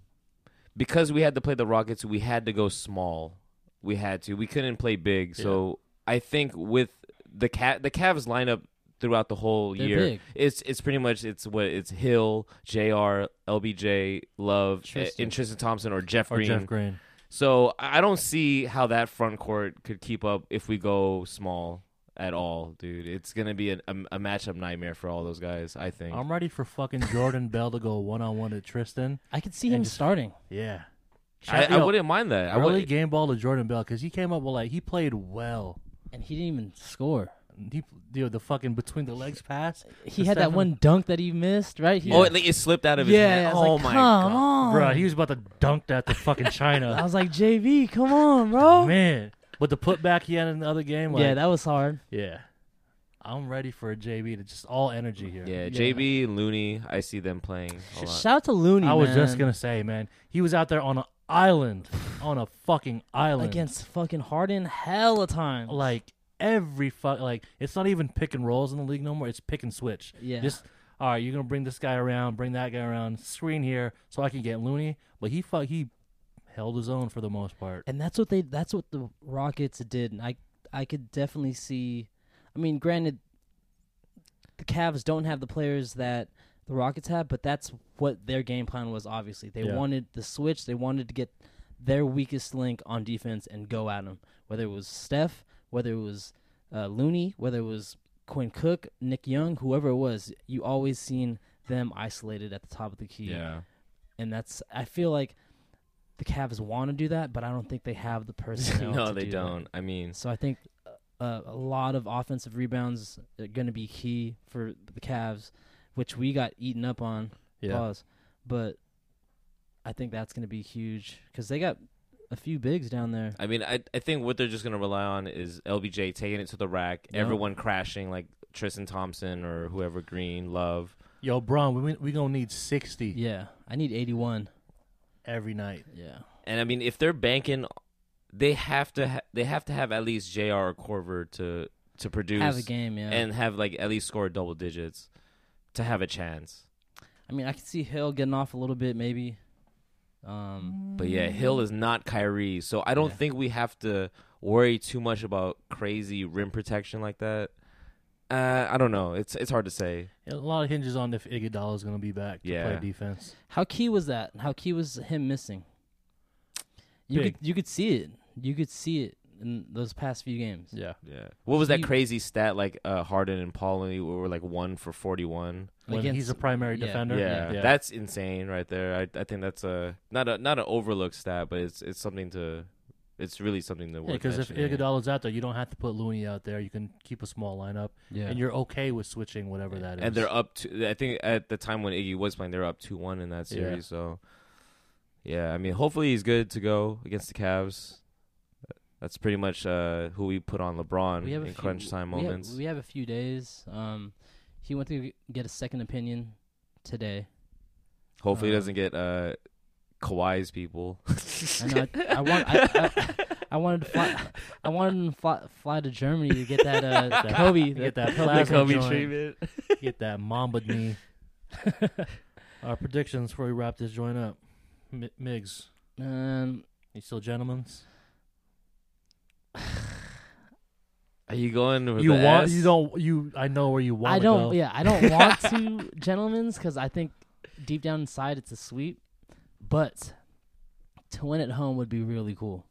because we had to play the Rockets, we had to go small. We had to. We couldn't play big. So I think with the cat, the Cavs lineup throughout the whole
They're
year,
big.
it's it's pretty much it's what it's Hill, Jr., LBJ, Love,
Tristan.
and Tristan Thompson or Jeff
Or
Green.
Jeff Green.
So I I don't see how that front court could keep up if we go small at all, dude. It's gonna be an, a, a matchup nightmare for all those guys. I think.
I'm ready for fucking Jordan Bell to go one on one to Tristan.
I could see him starting.
Yeah.
I-
Shout-
I
yo,
wouldn't mind that. I
early
would-
game ball to Jordan Bell because he came up with like he played well,
and he didn't even score.
He, dude, the fucking between the legs pass.
He
to
had that
Stephen-
one dunk that he missed, right? He
Oh, it, like, it slipped out of his
yeah,
hand.
I was
Oh
like,
my
come
God.
on.
Bruh, he was about to dunk that to fucking China.
I was like, JV, come on, bro.
man. But the putback he had in the other game, like,
yeah, that was hard.
yeah. I'm ready for a JB to just all energy here.
Yeah, JB and Looney, I see them playing. A lot.
Shout out to Looney.
I was just
man.
gonna say, man, he was out there on an island, on a fucking island
against fucking Harden, hell of times.
Like every fuck, like it's not even pick and rolls in the league no more. It's pick and switch.
Yeah.
Just all right, you're gonna bring this guy around, bring that guy around, screen here, so I can get Looney. But he fuck, he held his own for the most part.
And that's what they that's what the Rockets did. And I I could definitely see I mean, granted the Cavs don't have the players that the Rockets have, but that's what their game plan was obviously. They
Yeah.
wanted the switch, they wanted to get their weakest link on defense and go at them. Whether it was Steph, whether it was uh, Looney, whether it was Quinn Cook, Nick Young, whoever it was, you always seen them isolated at the top of the key.
Yeah.
And that's I feel like the Cavs want to do that, but I don't think they have the personnel.
No,
to
they
do
don't.
That.
I mean-
so I think uh, a lot of offensive rebounds are going to be key for the Cavs, which we got eaten up on.
Yeah.
Pause. But I think that's going to be huge because they got a few bigs down there.
I mean, I I think what they're just gonna rely on is LBJ taking it to the rack,
Yeah.
everyone crashing like Tristan Thompson or whoever Green Love.
Yo, Braun, we we gonna need sixty.
Yeah, I need eighty-one
every night.
Yeah.
And I mean, if they're banking, they have to ha- they have to have at least Jr. or Corver to to produce
Have a game, yeah.
and have like at least score double digits to have a chance.
I mean, I could see Hill getting off a little bit, maybe. Um,
But
Mm-hmm.
yeah, Hill is not Kyrie, so I don't think we have to worry too much about crazy rim protection like that. Uh, I don't know. It's it's hard to say.
A lot hinges on if Iguodala is going to be back to
Yeah.
play defense.
How key was that? How key was him missing? You
Big.
could you could see it. You could see it in those past few games.
Yeah.
Yeah. What was that
He-
crazy stat like uh, Harden and Paulie were like one for forty one?
When Against- he's a primary
yeah.
defender?
Yeah.
Yeah.
that's insane right there. I I think that's a not a not an overlooked stat, but it's it's something to it's really something to work.
Because if
mentioning.
Iguodala's out there, you don't have to put Looney out there. You can keep a small lineup,
Yeah.
and you're okay with switching whatever that is.
and they're up to I think at the time when Iggy was playing, they were up two one in that
Yeah.
series. So yeah, I mean, hopefully he's good to go against the Cavs. That's pretty much uh, who we put on LeBron
We have a
in
few-
crunch time
we have-
moments.
we have a few days. Um, he went to get a second opinion today. Um,
Hopefully he doesn't get uh, Kawhi's people.
I know. I, I want. I, I, I wanted to fly. I wanted to fly, fly to Germany to get that uh,
That-
Kobe.
get
the-
that
the
plasma
Kobe
joint.
treatment.
get that Mamba knee. Our predictions before we wrap this joint up, M- Migs.
Um,
you still gentlemen's?
Are you going with
You
the
want?
S?
You don't? You? I know where you want.
I don't. Yeah, I don't want to, gentlemen's, because I think deep down inside it's a sweep. But to win at home would be really cool.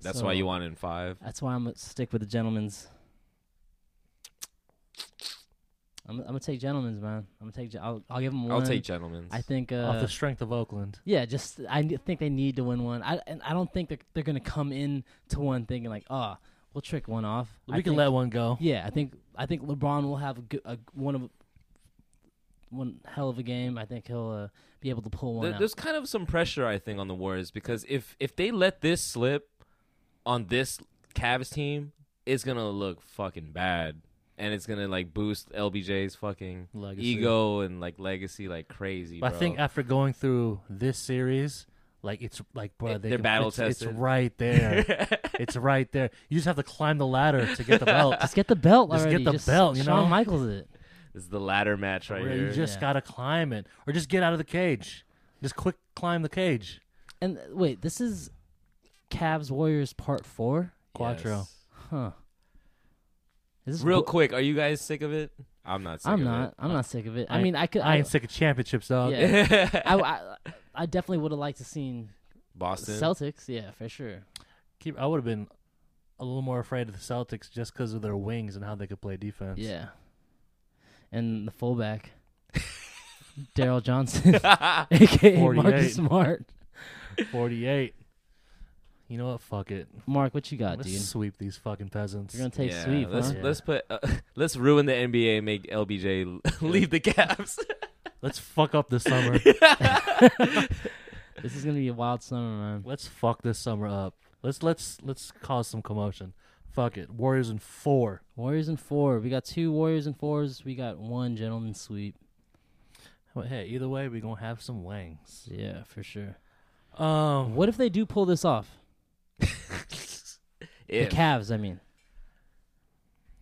That's why you want it in five.
That's why I'm gonna stick with the gentlemen's. I'm, I'm gonna take gentlemen's, man. I'm gonna take. gen- I'll, I'll give them one.
I'll take gentlemen's.
I think uh,
Off the strength of Oakland.
Yeah, just I ne- think they need to win one. I and I don't think they're they're gonna come in to one thinking like, oh, we'll trick one off.
We
I
can
think-
let one go.
Yeah, I think I think LeBron will have a, go- a one of one hell of a game. I think he'll uh, be able to pull one
There-
out.
there's kind of some pressure I think on the Warriors because if if they let this slip on this Cavs team, it's gonna look fucking bad, and it's gonna like boost LBJ's fucking
Legacy.
ego and like legacy like crazy.
But I
bro.
think after going through this series, like it's like, bro, they
they're
can-
battle
it's, it's
tested.
right there. it's right there. You just have to climb the ladder to get the belt.
Just get the belt
Just
already.
get the
Just
belt. You
Shawn
know,
Michaels it.
This is the ladder match right
Where
here.
you just gotta climb it, or just get out of the cage. Just quick climb the cage.
And uh, wait, this is Cavs Warriors part four.
Quattro. Yes.
Huh. Is this
Real
bull-
quick, are you guys sick of it? I'm not. sick
I'm
of
not.
It.
I'm not sick of it. I, mean, I could.
I ain't sick of championships, dog.
Yeah. I, I, I definitely would have liked to seen
Boston.
Celtics. Yeah, for sure.
Keep. I would have been a little more afraid of the Celtics just because of their wings and how they could play defense.
Yeah. And the fullback, Daryl Johnson, aka Marcus
48.
Smart.
48. You know what? Fuck it.
Mark, what you got,
Let's
dude?
Sweep these fucking peasants.
You're gonna take
Yeah,
sweep,
let's
huh?
let's put uh, let's ruin the NBA and make LBJ l- leave the Cavs.
Let's fuck up this summer.
this is gonna be a wild summer, man.
Let's fuck this summer up. Let's let's let's cause some commotion. Fuck it. Warriors in four.
Warriors in four. We got two Warriors in fours. We got one gentleman sweep.
Well, hey, either way, we gonna have some wangs.
Yeah, for sure.
Um,
what if they do pull this off?
If.
The Cavs, I mean.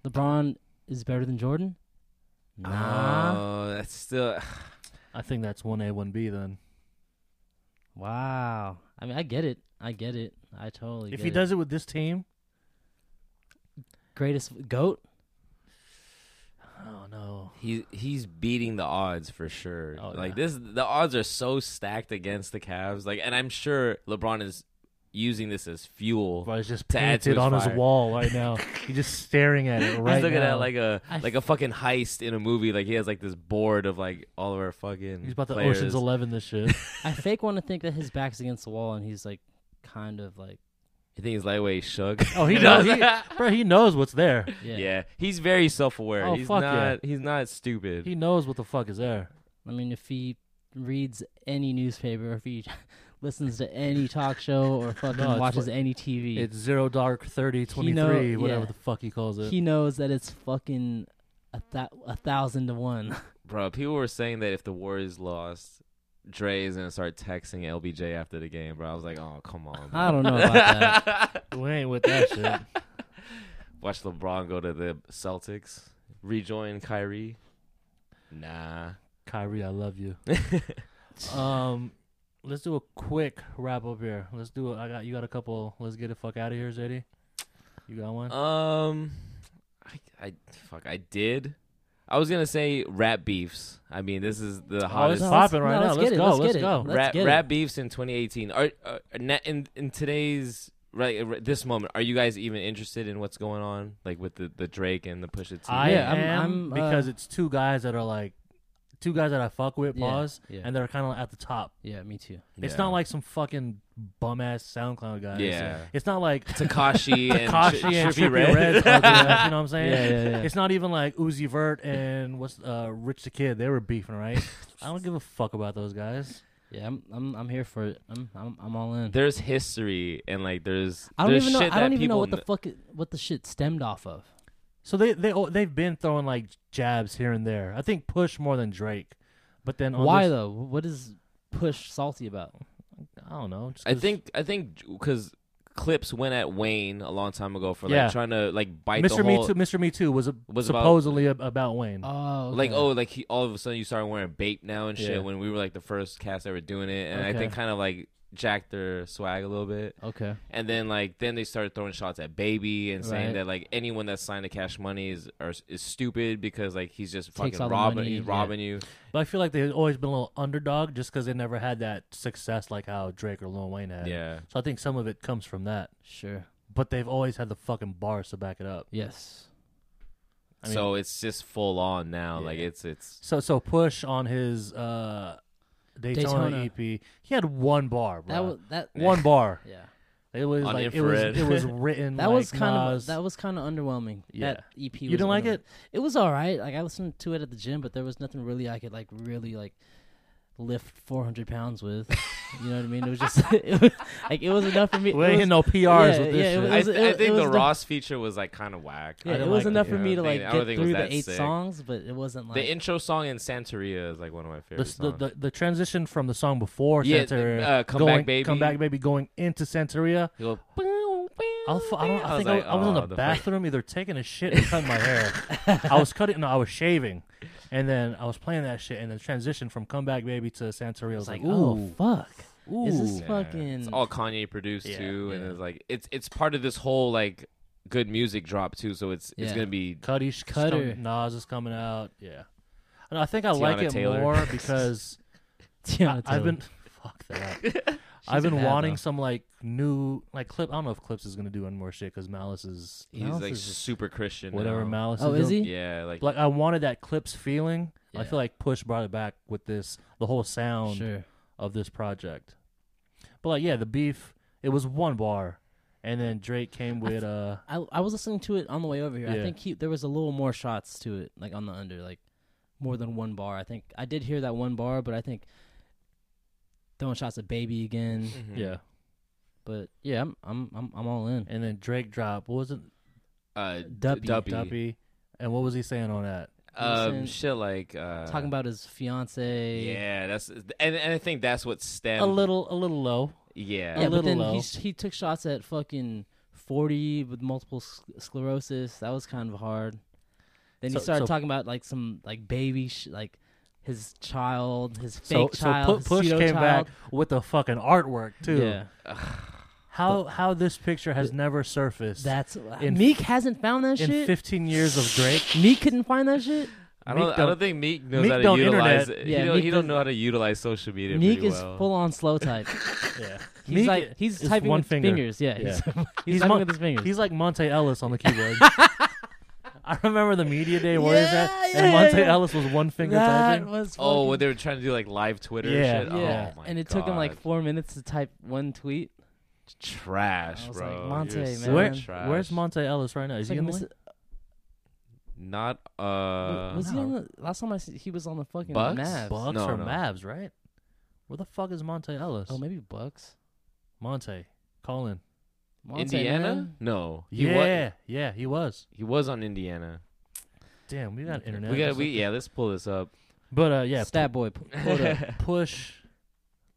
LeBron is better than Jordan.
Uh,
Nah.
Oh, that's still.
I think that's one A, one B then.
wow. I mean, I get it. I get it. I totally.
If
get
he
it.
does it with this team,
greatest goat.
oh no.
He he's beating the odds for sure. like this, the odds are so stacked against the Cavs. Like, and I'm sure LeBron is using this as fuel.
Bro, it's just
to add to
painted on
fire.
his wall right now. He's just staring at it
He's
right
looking
now.
at like a
I
like a fucking heist in a movie. Like he has like this board of like all of our fucking.
He's about to
players.
Ocean's Eleven this shit.
I fake want to think that his back's against the wall and he's like, kind of like.
You think he's lightweight shook?
Oh, he knows, he- bro. He knows what's there.
Yeah. he's very self-aware.
Oh,
he's
fuck yeah.
not. He's not stupid.
He knows what the fuck is there.
I mean, if he reads any newspaper, if he listens to any talk show, or fucking
No, it's
watches
what-
any TV,
It's zero dark thirty
he
twenty
know-
three,
yeah.
whatever the fuck he calls it.
He knows that it's fucking a, thou a thousand to one.
Bro, people were saying that if the Warriors lost, Dre is gonna start texting LBJ after the game, bro. I was like, oh come on. Bro.
I don't know about that.
we ain't with that shit.
Watch LeBron go to the Celtics, rejoin Kyrie. Nah.
Kyrie, I love you. um, let's do a quick wrap up here. Let's do. A, I got you. Got a couple. Let's get the fuck out of here, Zadie. You got one?
Um, I, I fuck, I did. I was gonna say rat beefs. I mean, this is the
it's
hottest.
popping right No, now. let's Let's get it, go, let's let's get it, go. let's
Rat,
get it.
rat beefs in 2018. Are, are na- in in today's right right- this moment? Are you guys even interested in what's going on, like with the, the Drake and the Pusha T?
I am because it's two guys that are like two guys that I fuck with.
Yeah,
Pause,
yeah.
and they're kind of at the top.
Yeah, me too.
It's
Yeah.
not like some fucking bum ass SoundCloud guys.
Yeah.
it's not like
Tekashi and
Tekashi
Ch-
and
Trippie
Trippie
Redd.
Redd. fuck yeah, you know what I'm saying?
Yeah, yeah, yeah.
It's not even like Uzi Vert and what's uh, Rich the Kid. They were beefing, right? I don't give a fuck about those guys.
Yeah, I'm I'm I'm here for it. I'm I'm, I'm all in.
there's history and like there's
I don't
there's
even know.
shit
I don't
that
even know
people
what the
kn-
fuck it, what the shit stemmed off of.
So they they oh, they've been throwing like jabs here and there. I think Push more than Drake, but then on
Why
this-
though? What is push salty about?
I don't know.
I think I think because clips went at Wayne a long time ago for like
Yeah.
trying to like bite
Mr.
the
Me
whole-
Too. Mr. Me Too was, a,
was about-
supposedly ab- about Wayne.
Oh,
Like oh, like he all of a sudden you started wearing bape now and shit
Yeah.
when we were like the first cast ever doing it, and I
Okay.
think kind of like jacked their swag a little bit.
Okay.
and then like then they started throwing shots at Baby and saying
Right.
that like anyone that signed to Cash Money is are, is stupid because like he's just
Takes
fucking
all the
robbing,
money,
he's
yeah.
robbing you.
But I feel like they've always been a little underdog just because they never had that success like how Drake or Lil Wayne had.
Yeah.
So I think some of it comes from that.
Sure.
But they've always had the fucking bars to back it up.
Yes.
I mean-
so it's just full on now. Like it's it's
So so push on his uh Daytona,
Daytona.
EP. He had one bar, bro.
That was that
one bar.
Yeah.
It was
On
like
Infrared.
it was it was written.
That
like
was kind
Nas.
of that was kind of underwhelming.
Yeah.
That EP.
You
was
didn't like
underwhelming. It was all right. Like I listened to it at the gym, but there was nothing really I could like really like lift 400 pounds with. you know what I mean? It was just it was, like it was enough for me.
We
it
ain't
was,
hitting no PRs
yeah,
with this
yeah,
shit.
It
I,
was,
th-
it,
I think
it was
the
enough-
Ross feature was like kind of whack.
Yeah,
I
it
didn't
was
like
enough
it.
for
I
me to
don't
like
think- I don't
get
think it was
through
that
the eight
sick.
songs, but it wasn't like
the intro song in Santeria is like one of my
the,
favorite.
the,
songs.
the, the transition from the song before
Yeah,
Santeria,
uh, Come
going,
Back Baby.
Come Back Baby, going into Santeria.
You go,
I'll f- I, don't, I,
I was
think
like,
I, was- I was
"Oh,
in
the
the
fuck."
bathroom either taking a shit or cutting my hair. I was cutting, no, I was shaving, and then I was playing that shit, and the transition from Come Back Baby to Santeria I was like,
like, oh,
ooh,
fuck. Is
Ooh.
this
Yeah.
fucking
It's all Kanye produced
Yeah,
too, and
yeah.
it's like it's it's part of this whole like good music drop too. So it's it's
Yeah.
gonna be
Cuddy, sh-
Cutter.
Come, Nas is coming out. Yeah, and I think I
Tiana
like it
Taylor.
more because
Tiana
I,
Taylor.
have been fuck that.
She's
I've been
bad,
wanting
though.
some like new like clip. I don't know if Clips is gonna do any more shit because Malice is
he's
Malice
like
is-
super Christian.
whatever
now.
Malice.
Oh, is
doing.
he?
Yeah, like
like I wanted that clips feeling. I
Yeah.
feel like Push brought it back with this the whole sound
Sure.
of this project. But like yeah, the beef it was one bar, and then Drake came with uh
I I was listening to it on the way over here.
Yeah.
I think he there was a little more shots to it, like on the under, like more than one bar. I think I did hear that one bar, but I think throwing shots at baby again.
Mm-hmm.
yeah,
But yeah, I'm I'm I'm, I'm all in.
and then Drake dropped. What was it?
uh,
Duppy.
Duppy.
Duppy. And what was he saying on that?
Um,
Innocent.
shit like uh,
Talking about his fiance.
yeah, that's and, and I think that's what stemmed
A little, a little low.
Yeah,
Yeah, but
a little
then
low.
he s- he took shots at fucking forty with multiple s- sclerosis. That was kind of hard. Then
So-
he started
so-
talking about like some like baby sh- like his child, his
So,
fake
so
child,
Pu-
his
Push
pseudo
came
child.
back with the fucking artwork too.
Yeah.
How how this picture has never surfaced?
That's
in-
Meek hasn't found that
in
shit.
15 years of Drake.
Meek couldn't find that shit.
I don't.
Meek
I
don't-
don't think Meek knows
Meek
how to
don't
utilize.
internet.
He,
Yeah,
don't,
Meek
he don't
doesn't-
know how to utilize social media.
Meek
pretty
is
well.
full on slow type.
Yeah.
He's like he's
is
typing
one
with his
finger.
fingers. Yeah, he's, he's, typing
Mon-
with his fingers.
He's like Monte Ellis on the keyboard. I remember the media day where
Yeah,
at,
yeah,
and Monte
yeah.
Ellis was one finger
that
typing.
was
Oh,
fucking-
what they were trying to do like live Twitter
Yeah.
and shit.
yeah,
Oh my
and it took him like
God.
four minutes to type one tweet.
trash,
I was like,
bro.
Monte,
You're
man.
so
Where,
trash.
where's Monte Ellis right now?
It's
Is
like
he in
a
this?
mis-
Not uh.
was he
no.
on the last time I see, he was on the fucking
Bucks?
Mavs.
Bucks
No,
or
no.
Mavs, right? Where the fuck is Monte Ellis?
Oh, maybe Bucks.
Monte, call in.
Monte,
Indiana?
man.
No, he wa-
yeah, yeah, he was.
he was on Indiana.
Damn, we got internet.
We got we yeah. Let's pull this up.
but uh, yeah,
Stat boy. p-
pu- hold up. push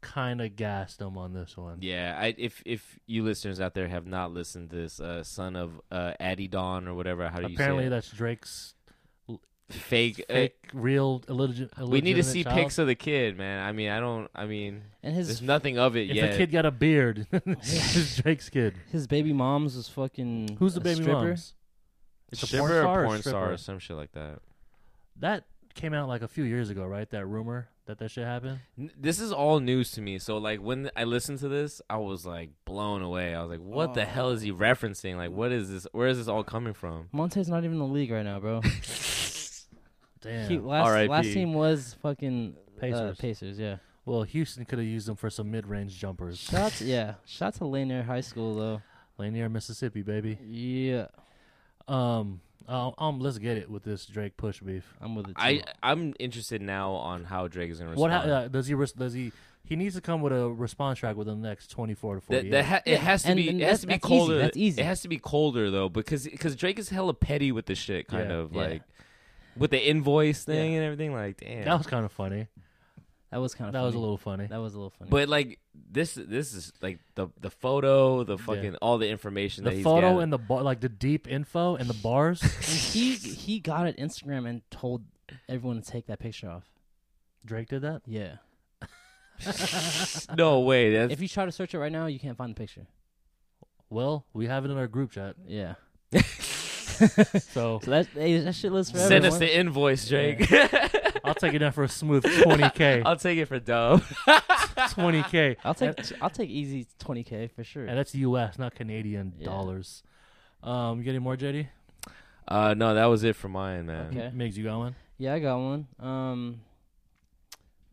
kind of gassed him on this one.
Yeah, I, if if you listeners out there have not listened to this, uh, son of uh, Addy Don or whatever, how do you
Apparently,
say it?
that's Drake's
fake? uh,
fake, real, illegit- illegitimate.
we need to see
child.
pics of the kid, man. I mean, I don't. I mean,
And his-
there's nothing of it
If
yet.
the kid got a beard, it's Drake's kid.
His baby mom's was fucking.
Who's the
a
baby
stripper.
moms?
It's a
Shiver
porn
or
star or
porn
stripper?
star or some shit like that.
That came out like a few years ago, right? That rumor that that shit happened.
N- This is all news to me. So like when I listened to this, I was like blown away. I was like, "What the
Oh.
hell is he referencing? Like, what is this? Where is this all coming from?"
Monte's not even in the league right now, bro.
Damn.
He, last,
R.I.P..
last team was fucking Pacers.
Pacers.
Uh, Pacers, yeah.
Well, Houston could have used them for some mid-range jumpers.
Shots, yeah. Shots to Lanier High School though.
Lanier, Mississippi, baby.
Yeah.
Um. Uh, um. Let's get it with this Drake push beef.
I'm with it.
I I'm interested now on how Drake is gonna
What
respond.
ha- uh, does he? Res- does he? He needs to come with a response track within the next twenty-four to
That,
forty-eight.
that ha- it has to
and-
be.
and
it
that's-
has to be
that's easy,
colder.
that's easy.
It has to be colder though, because because Drake is hella petty with the shit, kind
Yeah,
of
yeah.
like with the invoice thing and everything. Like, damn,
That was kind of funny.
That was kind of.
That was a little funny.
That was a little funny.
But like this, this is like the the photo, the fucking all the information that
The
he's
photo
gathered.
and the bar, like the deep info and the bars.
And he he got at Instagram and told everyone to take that picture off.
Drake did that.
Yeah.
no way. That's,
If you try to search it right now, you can't find the picture.
Well, we have it in our group chat.
Yeah.
So,
So that hey, that shit lives forever.
send us the invoice, Drake.
I'll take it down for a smooth twenty k.
I'll take it for dub.
Twenty k.
I'll take I'll take easy 20k for sure.
And that's U.S., not Canadian dollars. Um, you getting more, JD?
Uh, no, that was it for mine, man.
Okay.
Migs, you got one?
Yeah, I got one. Um,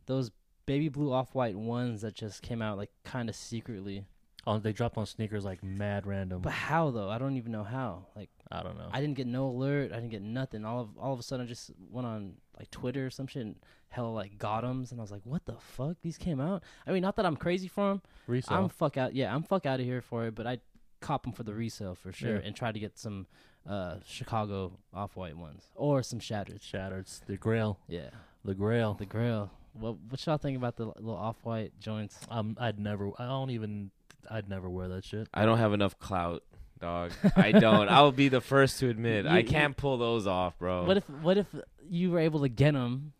those baby blue off white ones that just came out like kind of secretly.
Oh, they dropped on sneakers like mad random.
But how though? I don't even know how. Like
I don't know.
I didn't get no alert. I didn't get nothing. All of all of a sudden, I just went on like Twitter or some shit. and Hella like got 'ems, and I was like, "What the fuck? These came out." I mean, not that I'm crazy for them.
Resale.
I'm fuck out. Yeah, I'm fuck out of here for it. But I cop them for the resale for sure,
Yeah.
and try to get some uh Chicago off white ones or some shattered.
Shattered. The Grail.
Yeah.
The Grail.
The Grail. What what y'all think about the l- little off white joints?
um, I'd never. I don't even. I'd never wear that shit.
I don't have enough clout, dog. I don't. I'll be the first to admit I can't pull those off, bro.
What if what if you were able to get them,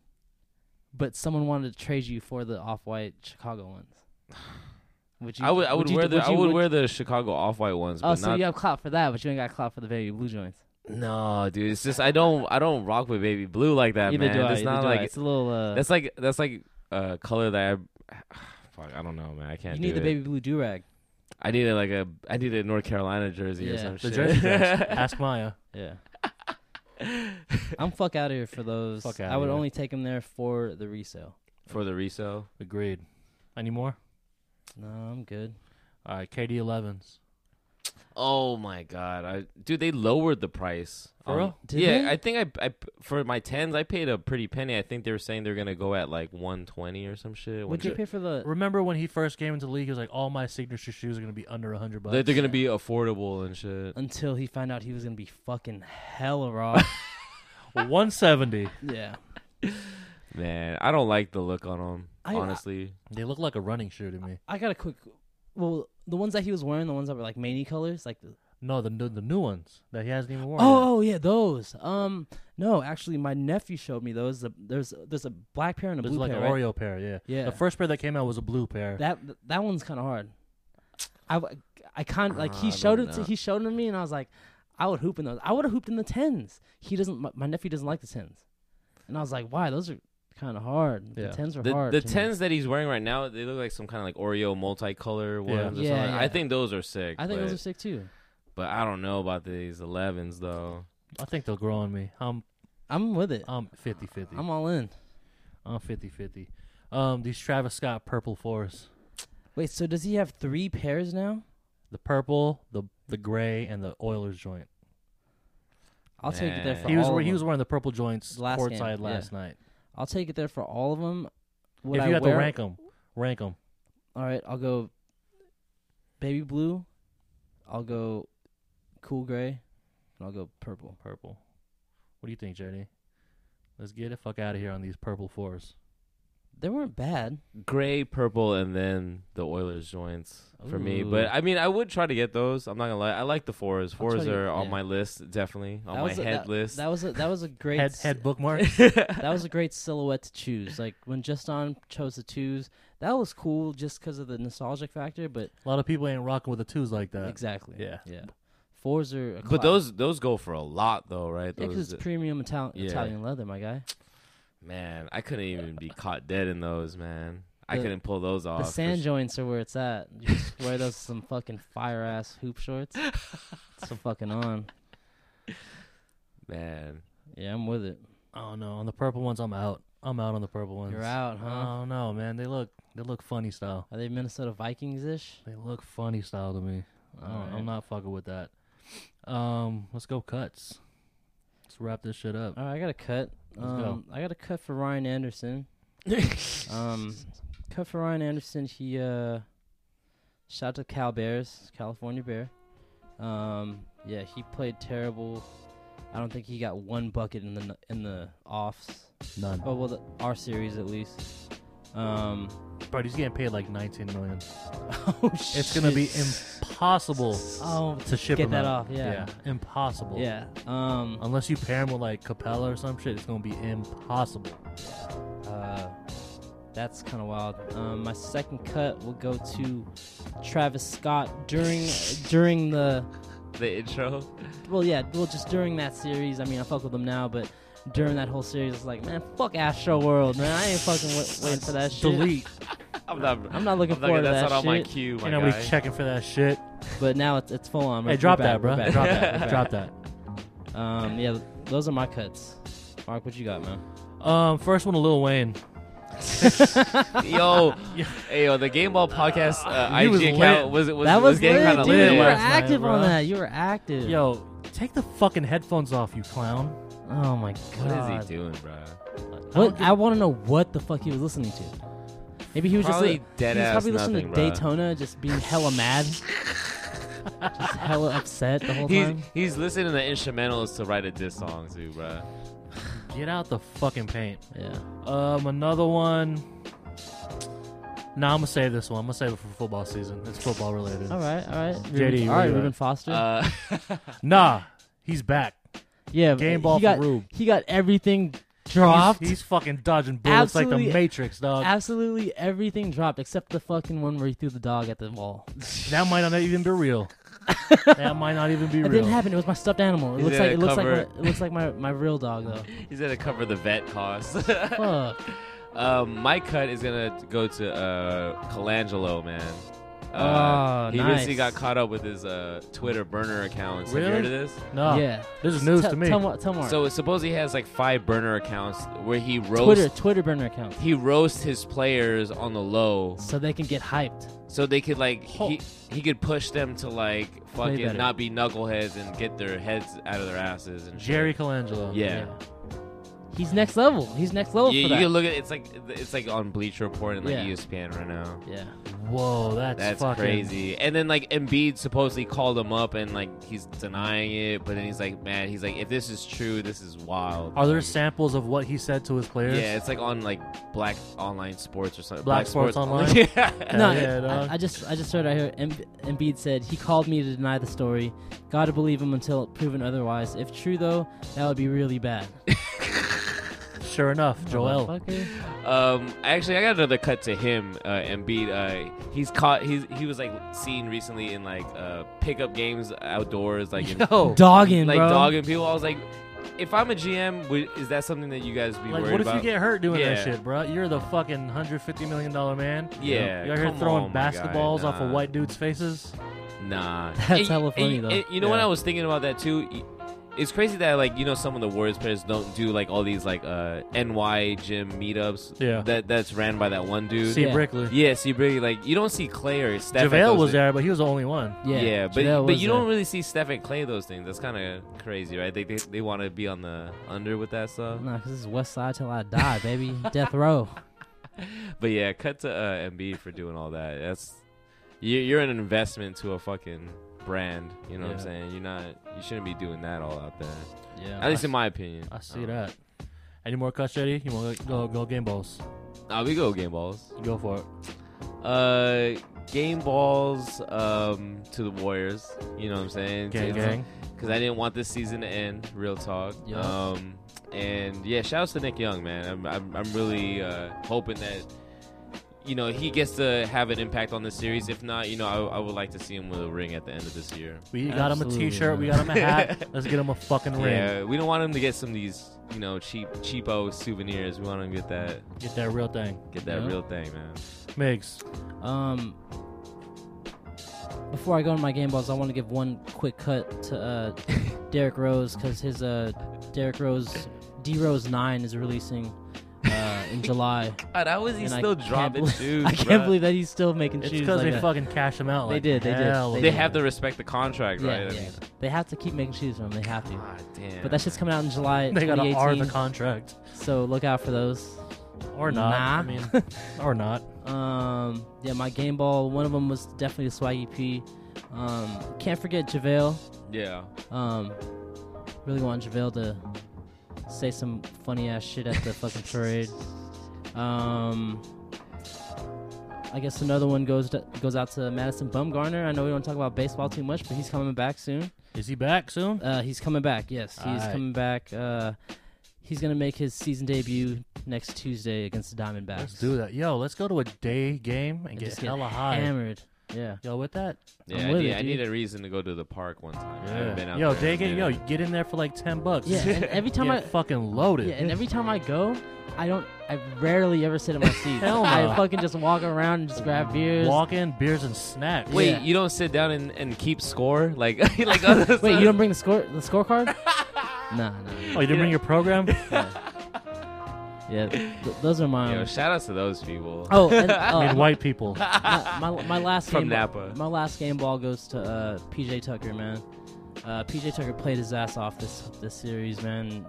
but someone wanted to trade you for the off white Chicago ones? Would
I would I would,
you-
wear the I
you-
would, wear the Chicago off white ones, but
Oh, so
not
you have clout for that, but you ain't got clout for the baby blue joints.
No, oh, dude, it's just I don't I don't rock with baby blue like that,
Either
man.
do I,
it's
either
not
do I.
like
It's a little, uh,
that's like that's like uh, color that I fuck. I don't know, man. I can't.
You need the
do it.
baby blue do rag.
I need a, like a I need a North Carolina jersey or
Yeah.
some
The
shit.
jersey dress.
Ask Maya.
Yeah. I'm fuck out of here for those.
Fuck outta
I would
here.
only take them there for the resale.
for the resale.
Agreed. Any more?
No, I'm good.
All right, KD 11s.
Oh my god, I dude, they lowered the price.
For real? Did
yeah,
they?
I think I, I for my tens I paid a pretty penny. I think they were saying they're gonna go at like one twenty or some shit.
What'd you pay for the?
Remember when he first came into the league? He was like, all my signature shoes are gonna be under a hundred bucks.
They're, they're gonna be affordable and shit.
Until he found out he was gonna be fucking hella raw.
one seventy.
yeah.
Man, I don't like the look on them.
I-
honestly,
They look like a running shoe to me.
I got a quick. Well, the ones that he was wearing, the ones that were like mani colors, like. The,
No, the the, the new ones that he hasn't even worn. yet.
oh, oh yeah, those. Um, no, actually, my nephew showed me those. The, there's there's a black pair and a
There's
blue
like an
pair. right?
Oreo pair. Yeah.
Yeah.
The first pair that came out was a blue pair.
That that one's kind of hard. I w- I can't like
Ah, I
he showed
don't
it
know.
to, he showed it to me and I was like I would hoop in those. I would have hooped in the tens. He doesn't. My, my nephew doesn't like the tens, and I was like, why? Those are kind of hard. The tens are
the,
hard.
The
to me.
tens that he's wearing right now, they look like some kind of like Oreo multicolor
Yeah.
ones. Or
Yeah,
something. I
yeah.
think those are sick.
I think those
but-
are sick too.
But I don't know about these elevens though.
I think they'll grow on me. I'm
I'm with it.
I'm 50-50.
I'm all in.
I'm 50-50. Um, these Travis Scott purple fours.
Wait, so does he have three pairs now?
The purple, the the gray, and the Oilers joint.
I'll take it there
Man.
for
He was
all
wear-
of
he
them.
was wearing the purple joints courtside
game,
last night.
I'll take it there for all of them.
if you had to rank them, rank them.
All right, I'll go baby blue. I'll go cool gray, and I'll go purple.
Purple. What do you think, JD? Let's get the fuck out of here on these purple fours.
They weren't bad.
Gray, purple, and then the Oilers joints for me.
Ooh.
But I mean, I would try to get those. I'm not gonna lie. I like the fours.
try to
Fours
get-
are on
yeah.
my list definitely on
That
my
was a-
head
that-
list.
That was a, that was a great
Head-
s-
head bookmark?
that was a great silhouette to choose. Like when Justin chose the twos, that was cool just because of the nostalgic factor. But
A lot of people ain't rocking with the twos like that.
exactly,
Yeah.
yeah. Fours are. A
Uh, But those those go for a lot though, right?
Yeah, 'cause
Those-
it's premium Ital-
Yeah.
Italian leather, my guy.
Man, I couldn't even be caught dead in those, man. I
The-
couldn't pull those off.
The
Oh, for
sand
sure.
joints are where it's at. You just wear those some fucking fire ass hoop shorts. It's so fucking on.
Man.
Yeah, I'm with it.
Oh no, on the purple ones, I'm out. I'm out on the purple ones.
You're out, huh?
Oh no, man. They look they look funny style.
Are they Minnesota Vikings ish?
They look funny style to me. I don't,
Alright.
I'm not fucking with that. Um, let's go cuts. Let's wrap this shit up.
All right, I got a cut.
Let's go.
Um, I got a cut for Ryan Anderson. um, cut for Ryan Anderson. He uh, shot to Cal Bears, California Bear. Um, yeah, he played terrible. I don't think he got one bucket in the n- in the offs.
None.
Oh well, the, our series at least. Um,
Bro, he's getting paid like 19 million.
oh shit!
It's gonna be impossible
Oh,
to ship
get
him
that
out.
off, yeah.
impossible.
Yeah, Um,
unless you pair him with like Capella or some shit, it's gonna be impossible.
Uh, that's kind of wild. Um, my second cut will go to Travis Scott during during the
the intro.
Well, yeah, well, just during that series. I mean, I fuck with them now, but during that whole series, it's like, man, fuck Astro World, man. I ain't fucking wa waiting for that shit.
Delete.
I'm not.
I'm not looking
I'm
forward to
that's
that
not on my
shit.
queue, my
Ain't nobody checking for that shit.
But now it's, it's full on.
Hey,
We're-
drop
we're back,
that, bro.
we're back,
Drop
we're
that.
back.
Drop that.
Um, yeah, those are my cuts. Mark, what you got, man?
Um, first one, a Lil Wayne.
yo, hey, yo, the Game Ball podcast uh,
You
IG
was
account
lit.
was was,
That was
getting
lit,
kind of
dude.
lit.
You were
last night.
active on
bruh.
that. You were active.
Yo, take the fucking headphones off, you clown.
Oh my
What is
God.
he doing, bro?
What I want to know what the fuck he was listening to. Maybe he was
Probably
just li-
dead
he was
ass
probably listening
nothing,
to
bruh.
Daytona, just being hella mad, just hella upset the whole
He's
time.
he's listening to instrumentals to write a diss song too, bro.
Get out the fucking paint.
Yeah.
Um, another one. Nah, I'm gonna save this one. I'm gonna save it for football season. It's football related.
All right, all right.
JD,
Reuben-
where
all right,
you at?
Ruben Foster.
Uh,
nah, he's back.
yeah,
game
he
ball
got,
for Rube.
He got everything dropped.
He's, he's fucking dodging bullets like the
Absolutely-
Matrix, dog.
Absolutely everything dropped except the fucking one where he threw the dog at the wall.
that might not even be real. that might not even be
It
real.
didn't happen. It was my stuffed animal. It
He's
looks like
gonna
it looks like my,
cover-
it looks like my, my real dog though.
He's gonna cover the vet costs.
Fuck.
um, my cut is gonna go to uh, Colangelo, man.
Oh,
he
nice.
recently got caught up with his uh, Twitter burner accounts. Have you heard of this?
No.
Yeah.
This is
So
news
tell-
to me.
Tell, Mar- tell Mark.
So suppose he has like five burner accounts where he roasts
Twitter Twitter burner account.
he roasts his players on the low,
So they can get hyped.
so they could like he he could push them to like
Play
fucking
better.
not be knuckleheads and get their heads out of their asses and shit.
Jerry Colangelo.
Yeah.
He's next level. He's next level
Yeah,
for
you
that.
can look at it's like it's like on Bleach Report and like E
Yeah.
ESPN right now.
yeah.
Whoa, that's,
That's
fucking
crazy. And then like Embiid supposedly called him up and like he's denying it, but then he's like, man, he's like, if this is true, this is wild.
Are there
Like,
samples of what he said to his players?
Yeah, it's like on like Black Online Sports or something.
Black Sports Online?
yeah.
No,
Yeah,
I-
dog.
I, just I just heard I heard Em- Embiid said he called me to deny the story. Got to believe him until proven otherwise. If true though, that would be really bad.
Sure enough, Joel.
Motherfucker.
Um, actually, I got another cut to him, uh, Embiid. Uh, he's caught. He's he was like seen recently in like uh, pickup games outdoors, like in,
Yo.
Dogging,
like
bro.
dogging people. I was like, if I'm a GM, would, is that something that you guys be
Like,
worried
what if
about?
you get hurt doing
Yeah.
that shit, bro? You're the fucking hundred fifty million dollar man.
Yeah,
you're out here
come
throwing
on, my guy,
basketballs off of
nah.
white dudes' faces.
Nah,
That's
And-
hella
and-
funny, though.
and you know what?
Yeah.
I was thinking about that too. Y- It's crazy that like you know some of the Warriors players don't do like all these like uh NY gym meetups.
Yeah.
that that's ran by that one dude.
See
Yeah.
Brickley.
yeah, see, really, like you don't see Clay or Steph.
JaVale
at those-
was there, but he was the only one.
Yeah,
Yeah, but
Javale
but
was
you
there.
don't really see Steph and Clay those things. That's kind of crazy, right? They they, they want to be on the under with that stuff.
Nah, 'cause this is West Side till I die, baby. Death row.
But yeah, cut to uh, Embiid for doing all that. That's you, you're an investment to a fucking brand. You know what
Yeah.
I'm saying? You're not. You shouldn't be doing that all out there.
Yeah,
At least in my opinion.
I see
Um,
that. Any more cuts, JD? You want to go go game balls?
Nah, we go game balls.
Go for it.
Uh, game balls um, to the Warriors. You know what I'm saying?
Gang, gang.
Because I didn't want this season to end. Real talk.
Yeah.
Um, and yeah, shout outs to Nick Young, man. I'm I'm, I'm really uh, hoping that you know, he gets to have an impact on the series. If not, you know, I, I would like to see him with a ring at the end of this year.
We got him a T-shirt. We got him a hat. Let's get him a fucking ring.
Yeah, we don't want him to get some of these, you know, cheap cheapo souvenirs. We want him to get that
Get that real thing.
Get that
Yeah.
real thing, man.
Migs.
Um, before I go into my game balls, I want to give one quick cut to uh, Derek Rose because his uh, Derek Rose D Rose Nine is releasing uh, in July.
God, how is he
And I
still
can't
dropping
believe-
shoes,
I can't
bruh?
believe that he's still making
It's
shoes.
'cause
like
they
that.
fucking cashed him out
They
like
did. They
hell.
did.
They,
did.
have to respect the contract,
Yeah,
right? I
yeah.
mean, Ah,
They have to keep making shoes for him. They have to.
damn.
But that shit's coming out in July.
They gotta
2018.
R the contract.
So look out for those.
Or not,
Nah.
I mean, or not.
Um. Yeah, my game ball. One of them was definitely the Swaggy P. Um. Can't forget Javale.
Yeah.
Um. Really want Javale to say some funny ass shit at the fucking parade. Um. I guess another one goes to, goes out to Madison Bumgarner. I know we don't talk about baseball too much, but he's coming back soon.
Is he back soon?
Uh, he's coming back. Yes, he's
Alright.
coming back. Uh, he's gonna make his season debut next Tuesday against the Diamondbacks.
Let's do that. Yo, let's go to a day game and get
just get
hella high.
hammered. Yeah.
Yo, with that.
Yeah, I,
I'm with
need,
it,
I
dude.
need a reason to go to the park one time. I haven't been out
yo,
there in a
day game.
minute.
Yo, get in there for like ten bucks.
Yeah, and every time
Get
I-
fucking loaded.
Yeah, and every time I go, I don't. I rarely ever sit in my seat.
Hell no.
I fucking just walk around and just grab beers.
Walk in, beers and snacks.
Wait, you don't sit down and, and keep score like like
Wait, you don't bring the score the scorecard? nah, nah.
Oh, you didn't bring your program?
Yeah, th- those are mine.
Yo, shout outs to those people.
Oh, and,
I mean,
uh,
white people.
My, my, my last
From
game,
Napa.
My last game ball goes to uh, PJ Tucker, man. Uh, PJ Tucker played his ass off this this series, man.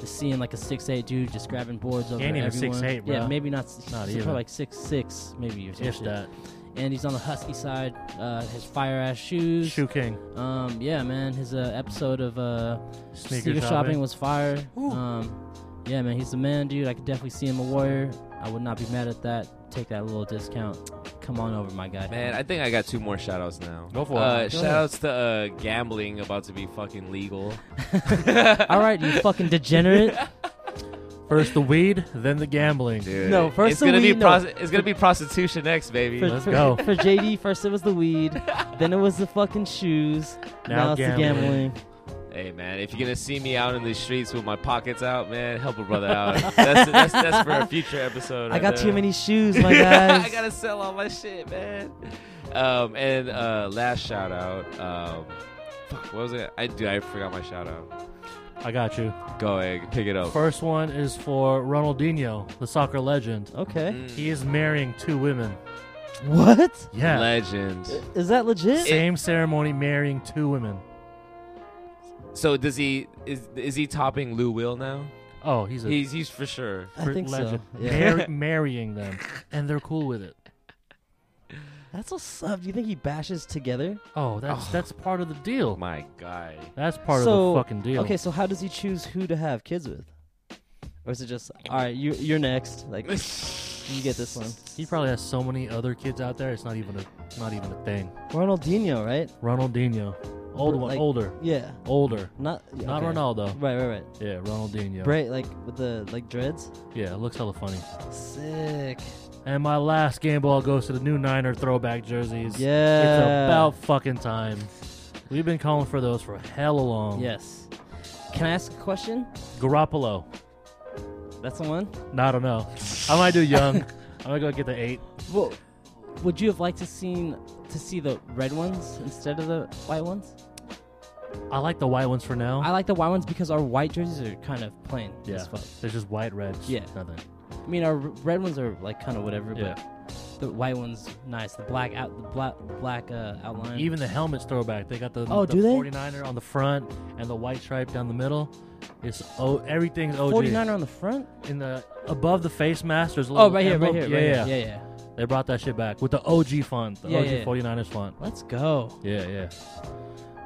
Just seeing like a six eight dude just grabbing boards over
ain't even
everyone.
6'8",
yeah,
bro.
maybe not.
Not
he's
even.
probably like six six, maybe or
If
something.
that.
And he's on the husky side. Uh, his fire ass shoes.
Shoe king.
Um, yeah, man. His uh, episode of uh,
Sneaker
sneaker shopping.
shopping.
was fire. Um, yeah, man. He's the man, dude. I could definitely see him a warrior. I would not be mad at that. Take that little discount. Come on over, my guy.
Man, I think I got two more shout outs now.
Go for it.
Uh,
Go
shout
ahead.
outs to uh, gambling about to be fucking legal.
All right, you fucking degenerate.
First the weed, then the gambling.
No, first
it's
the
gonna be
weed, no.
pros- it's gonna be prostitution next, baby.
For, for- for JD, first it was the weed, then it was the fucking shoes. Now,
Now
it's
gambling.
the gambling.
Hey man, if you're gonna see me out in the streets with my pockets out, man, help a brother out. that's, that's that's for a future episode.
I
right
got
there.
too many shoes, my
I
guys.
gotta sell all my shit, man. Um, and uh, last shout out. Um, fuck, what was it? I do. I forgot my shout out.
I got you.
Go egg, pick it up.
First one is for Ronaldinho, the soccer legend.
Okay.
Mm.
He is marrying two women.
What?
Yeah.
Legend.
Is that legit?
Same ceremony, marrying two women.
So does he is is he topping Lou Will now?
Oh, he's a-
he's he's for sure.
For Marry- marrying them, and they're cool with it.
That's a sub. Do you think he bashes together?
Oh, that's that's part of the deal.
My guy.
That's part
So-
of the fucking deal.
Okay, so how does he choose who to have kids with? Or is it just all right? You you're next. Like you get this one.
He probably has so many other kids out there. It's not even a not even a thing.
Ronaldinho, right?
Ronaldinho, old
Br-
one,
like-
older.
yeah.
older.
Not yeah,
not
okay.
Ronaldo.
Right, right, right.
Yeah, Ronaldinho.
Right, like with the like dreads.
Yeah, it looks hella funny.
Sick.
And my last game ball goes to the new Niner throwback jerseys. It's
Yeah.
about fucking time. We've been calling for those for hella long.
Yes. Can I ask a question?
Garoppolo.
That's the one.
No, I don't know. I might do young. I'm gonna go get the eight.
Well, would you have liked to seen to see the red ones instead of the white ones?
I like the white ones for now.
I like the white ones because our white jerseys are kind of plain
yeah.
as fuck.
They're just white reds.
Yeah.
Nothing.
I mean, our r- red ones are like kind of whatever,
Yeah.
but the white ones nice. The black out, the black black uh, outline.
Even the helmets throwback. They got the,
Oh,
the
do they?
49er on the front and the white stripe down the middle. It's oh everything's OG.
49er on the front
in the above the face mask. There's a
Oh,
little
right here, right
emblem.
here, right
yeah,
here.
yeah,
Yeah,
They brought that shit back with the OG font, the
Yeah,
OG
yeah, yeah.
49ers font.
Let's go.
Yeah, yeah.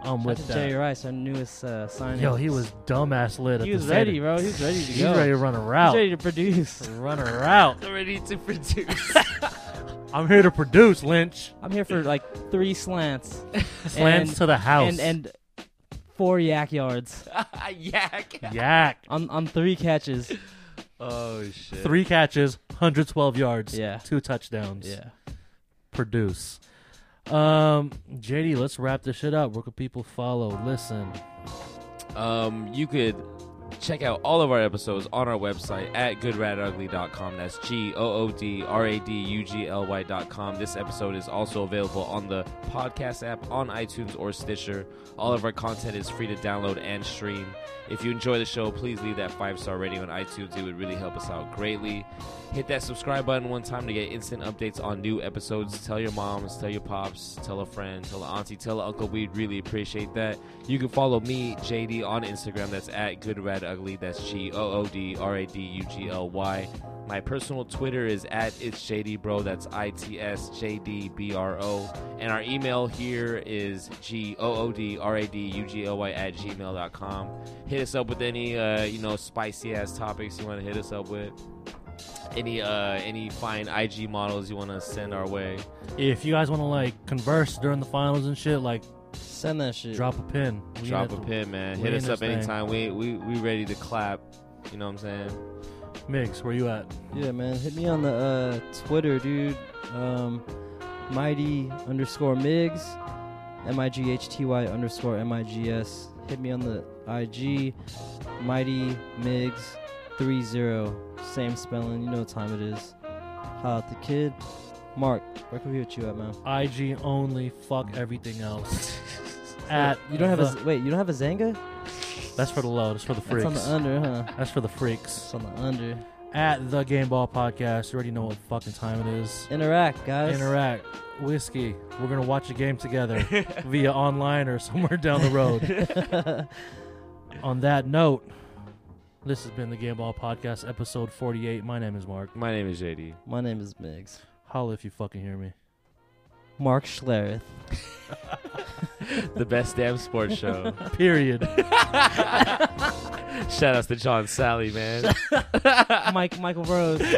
I'm
Shout
with
out to
that.
Jerry Rice, our newest uh, signing.
Yo, he was dumbass lit. at the
He was ready,
stadium.
bro. He was ready to
He's
go.
ready to run a route.
He's ready to produce.
Run a route.
Ready to produce.
I'm here to produce, Lynch.
I'm here for like three slants.
Slants to the house.
And and four yak yards.
Yak.
Yak.
On on three catches.
Oh shit.
Three catches,
112 yards,
Yeah.
two touchdowns.
Yeah.
Produce. Um, JD, let's wrap this shit up. Where can people follow? Listen.
Um, you could check out all of our episodes on our website at goodradugly.com. That's G O O D R A D U G L Y.com. This episode is also available on the podcast app on iTunes or Stitcher. All of our content is free to download and stream. If you enjoy the show, please leave that five star rating on iTunes. It would really help us out greatly. Hit that subscribe button one time to get instant updates on new episodes. Tell your moms, tell your pops, tell a friend, tell an auntie, tell an uncle. We'd really appreciate that. You can follow me, JD, on Instagram. That's at goodradugly. That's G O O D R A D U G L Y. My personal Twitter is at it's JD bro. That's I T S J D B R O. And our email here is G O O D R A D U G L Y at gmail.com. Hit us up with any uh, you know spicy ass topics you want to hit us up with. Any uh any fine IG models you want to send our way.
If you guys want to like converse during the finals and shit, like
send that shit.
Drop a pin. We
Drop a
in this-
pin, man.
we
Hit
in
us
this
up
thing.
anytime. We, we we ready to clap. You know what I'm saying?
Migs, where you at?
Yeah, man. Hit me on the uh, Twitter, dude. Um, mighty underscore Migs, M I G H T Y underscore M I G S. Hit me on the IG, Mighty Migs three zero. Same spelling. You know what time it is. Holla at the kid. Mark, where can we hit you at, man?
IG only. Fuck everything else. at
you don't have
the-
a wait. You don't have a Zanga?
That's for the low. That's for the freaks.
That's on the under, huh?
That's for the freaks. It's
on the under.
At the Game Ball Podcast, you already know what fucking time it is.
Interact, guys.
Interact. Whiskey. We're gonna watch a game together via online or somewhere down the road. on that note, this has been the Game Ball Podcast, episode forty-eight. My name is Mark.
My name is JD.
My name is Migs.
Holla if you fucking hear me.
Mark Schlereth.
the best damn sports show.
Period.
Shout outs to John Sally, man.
Mike Michael Rose.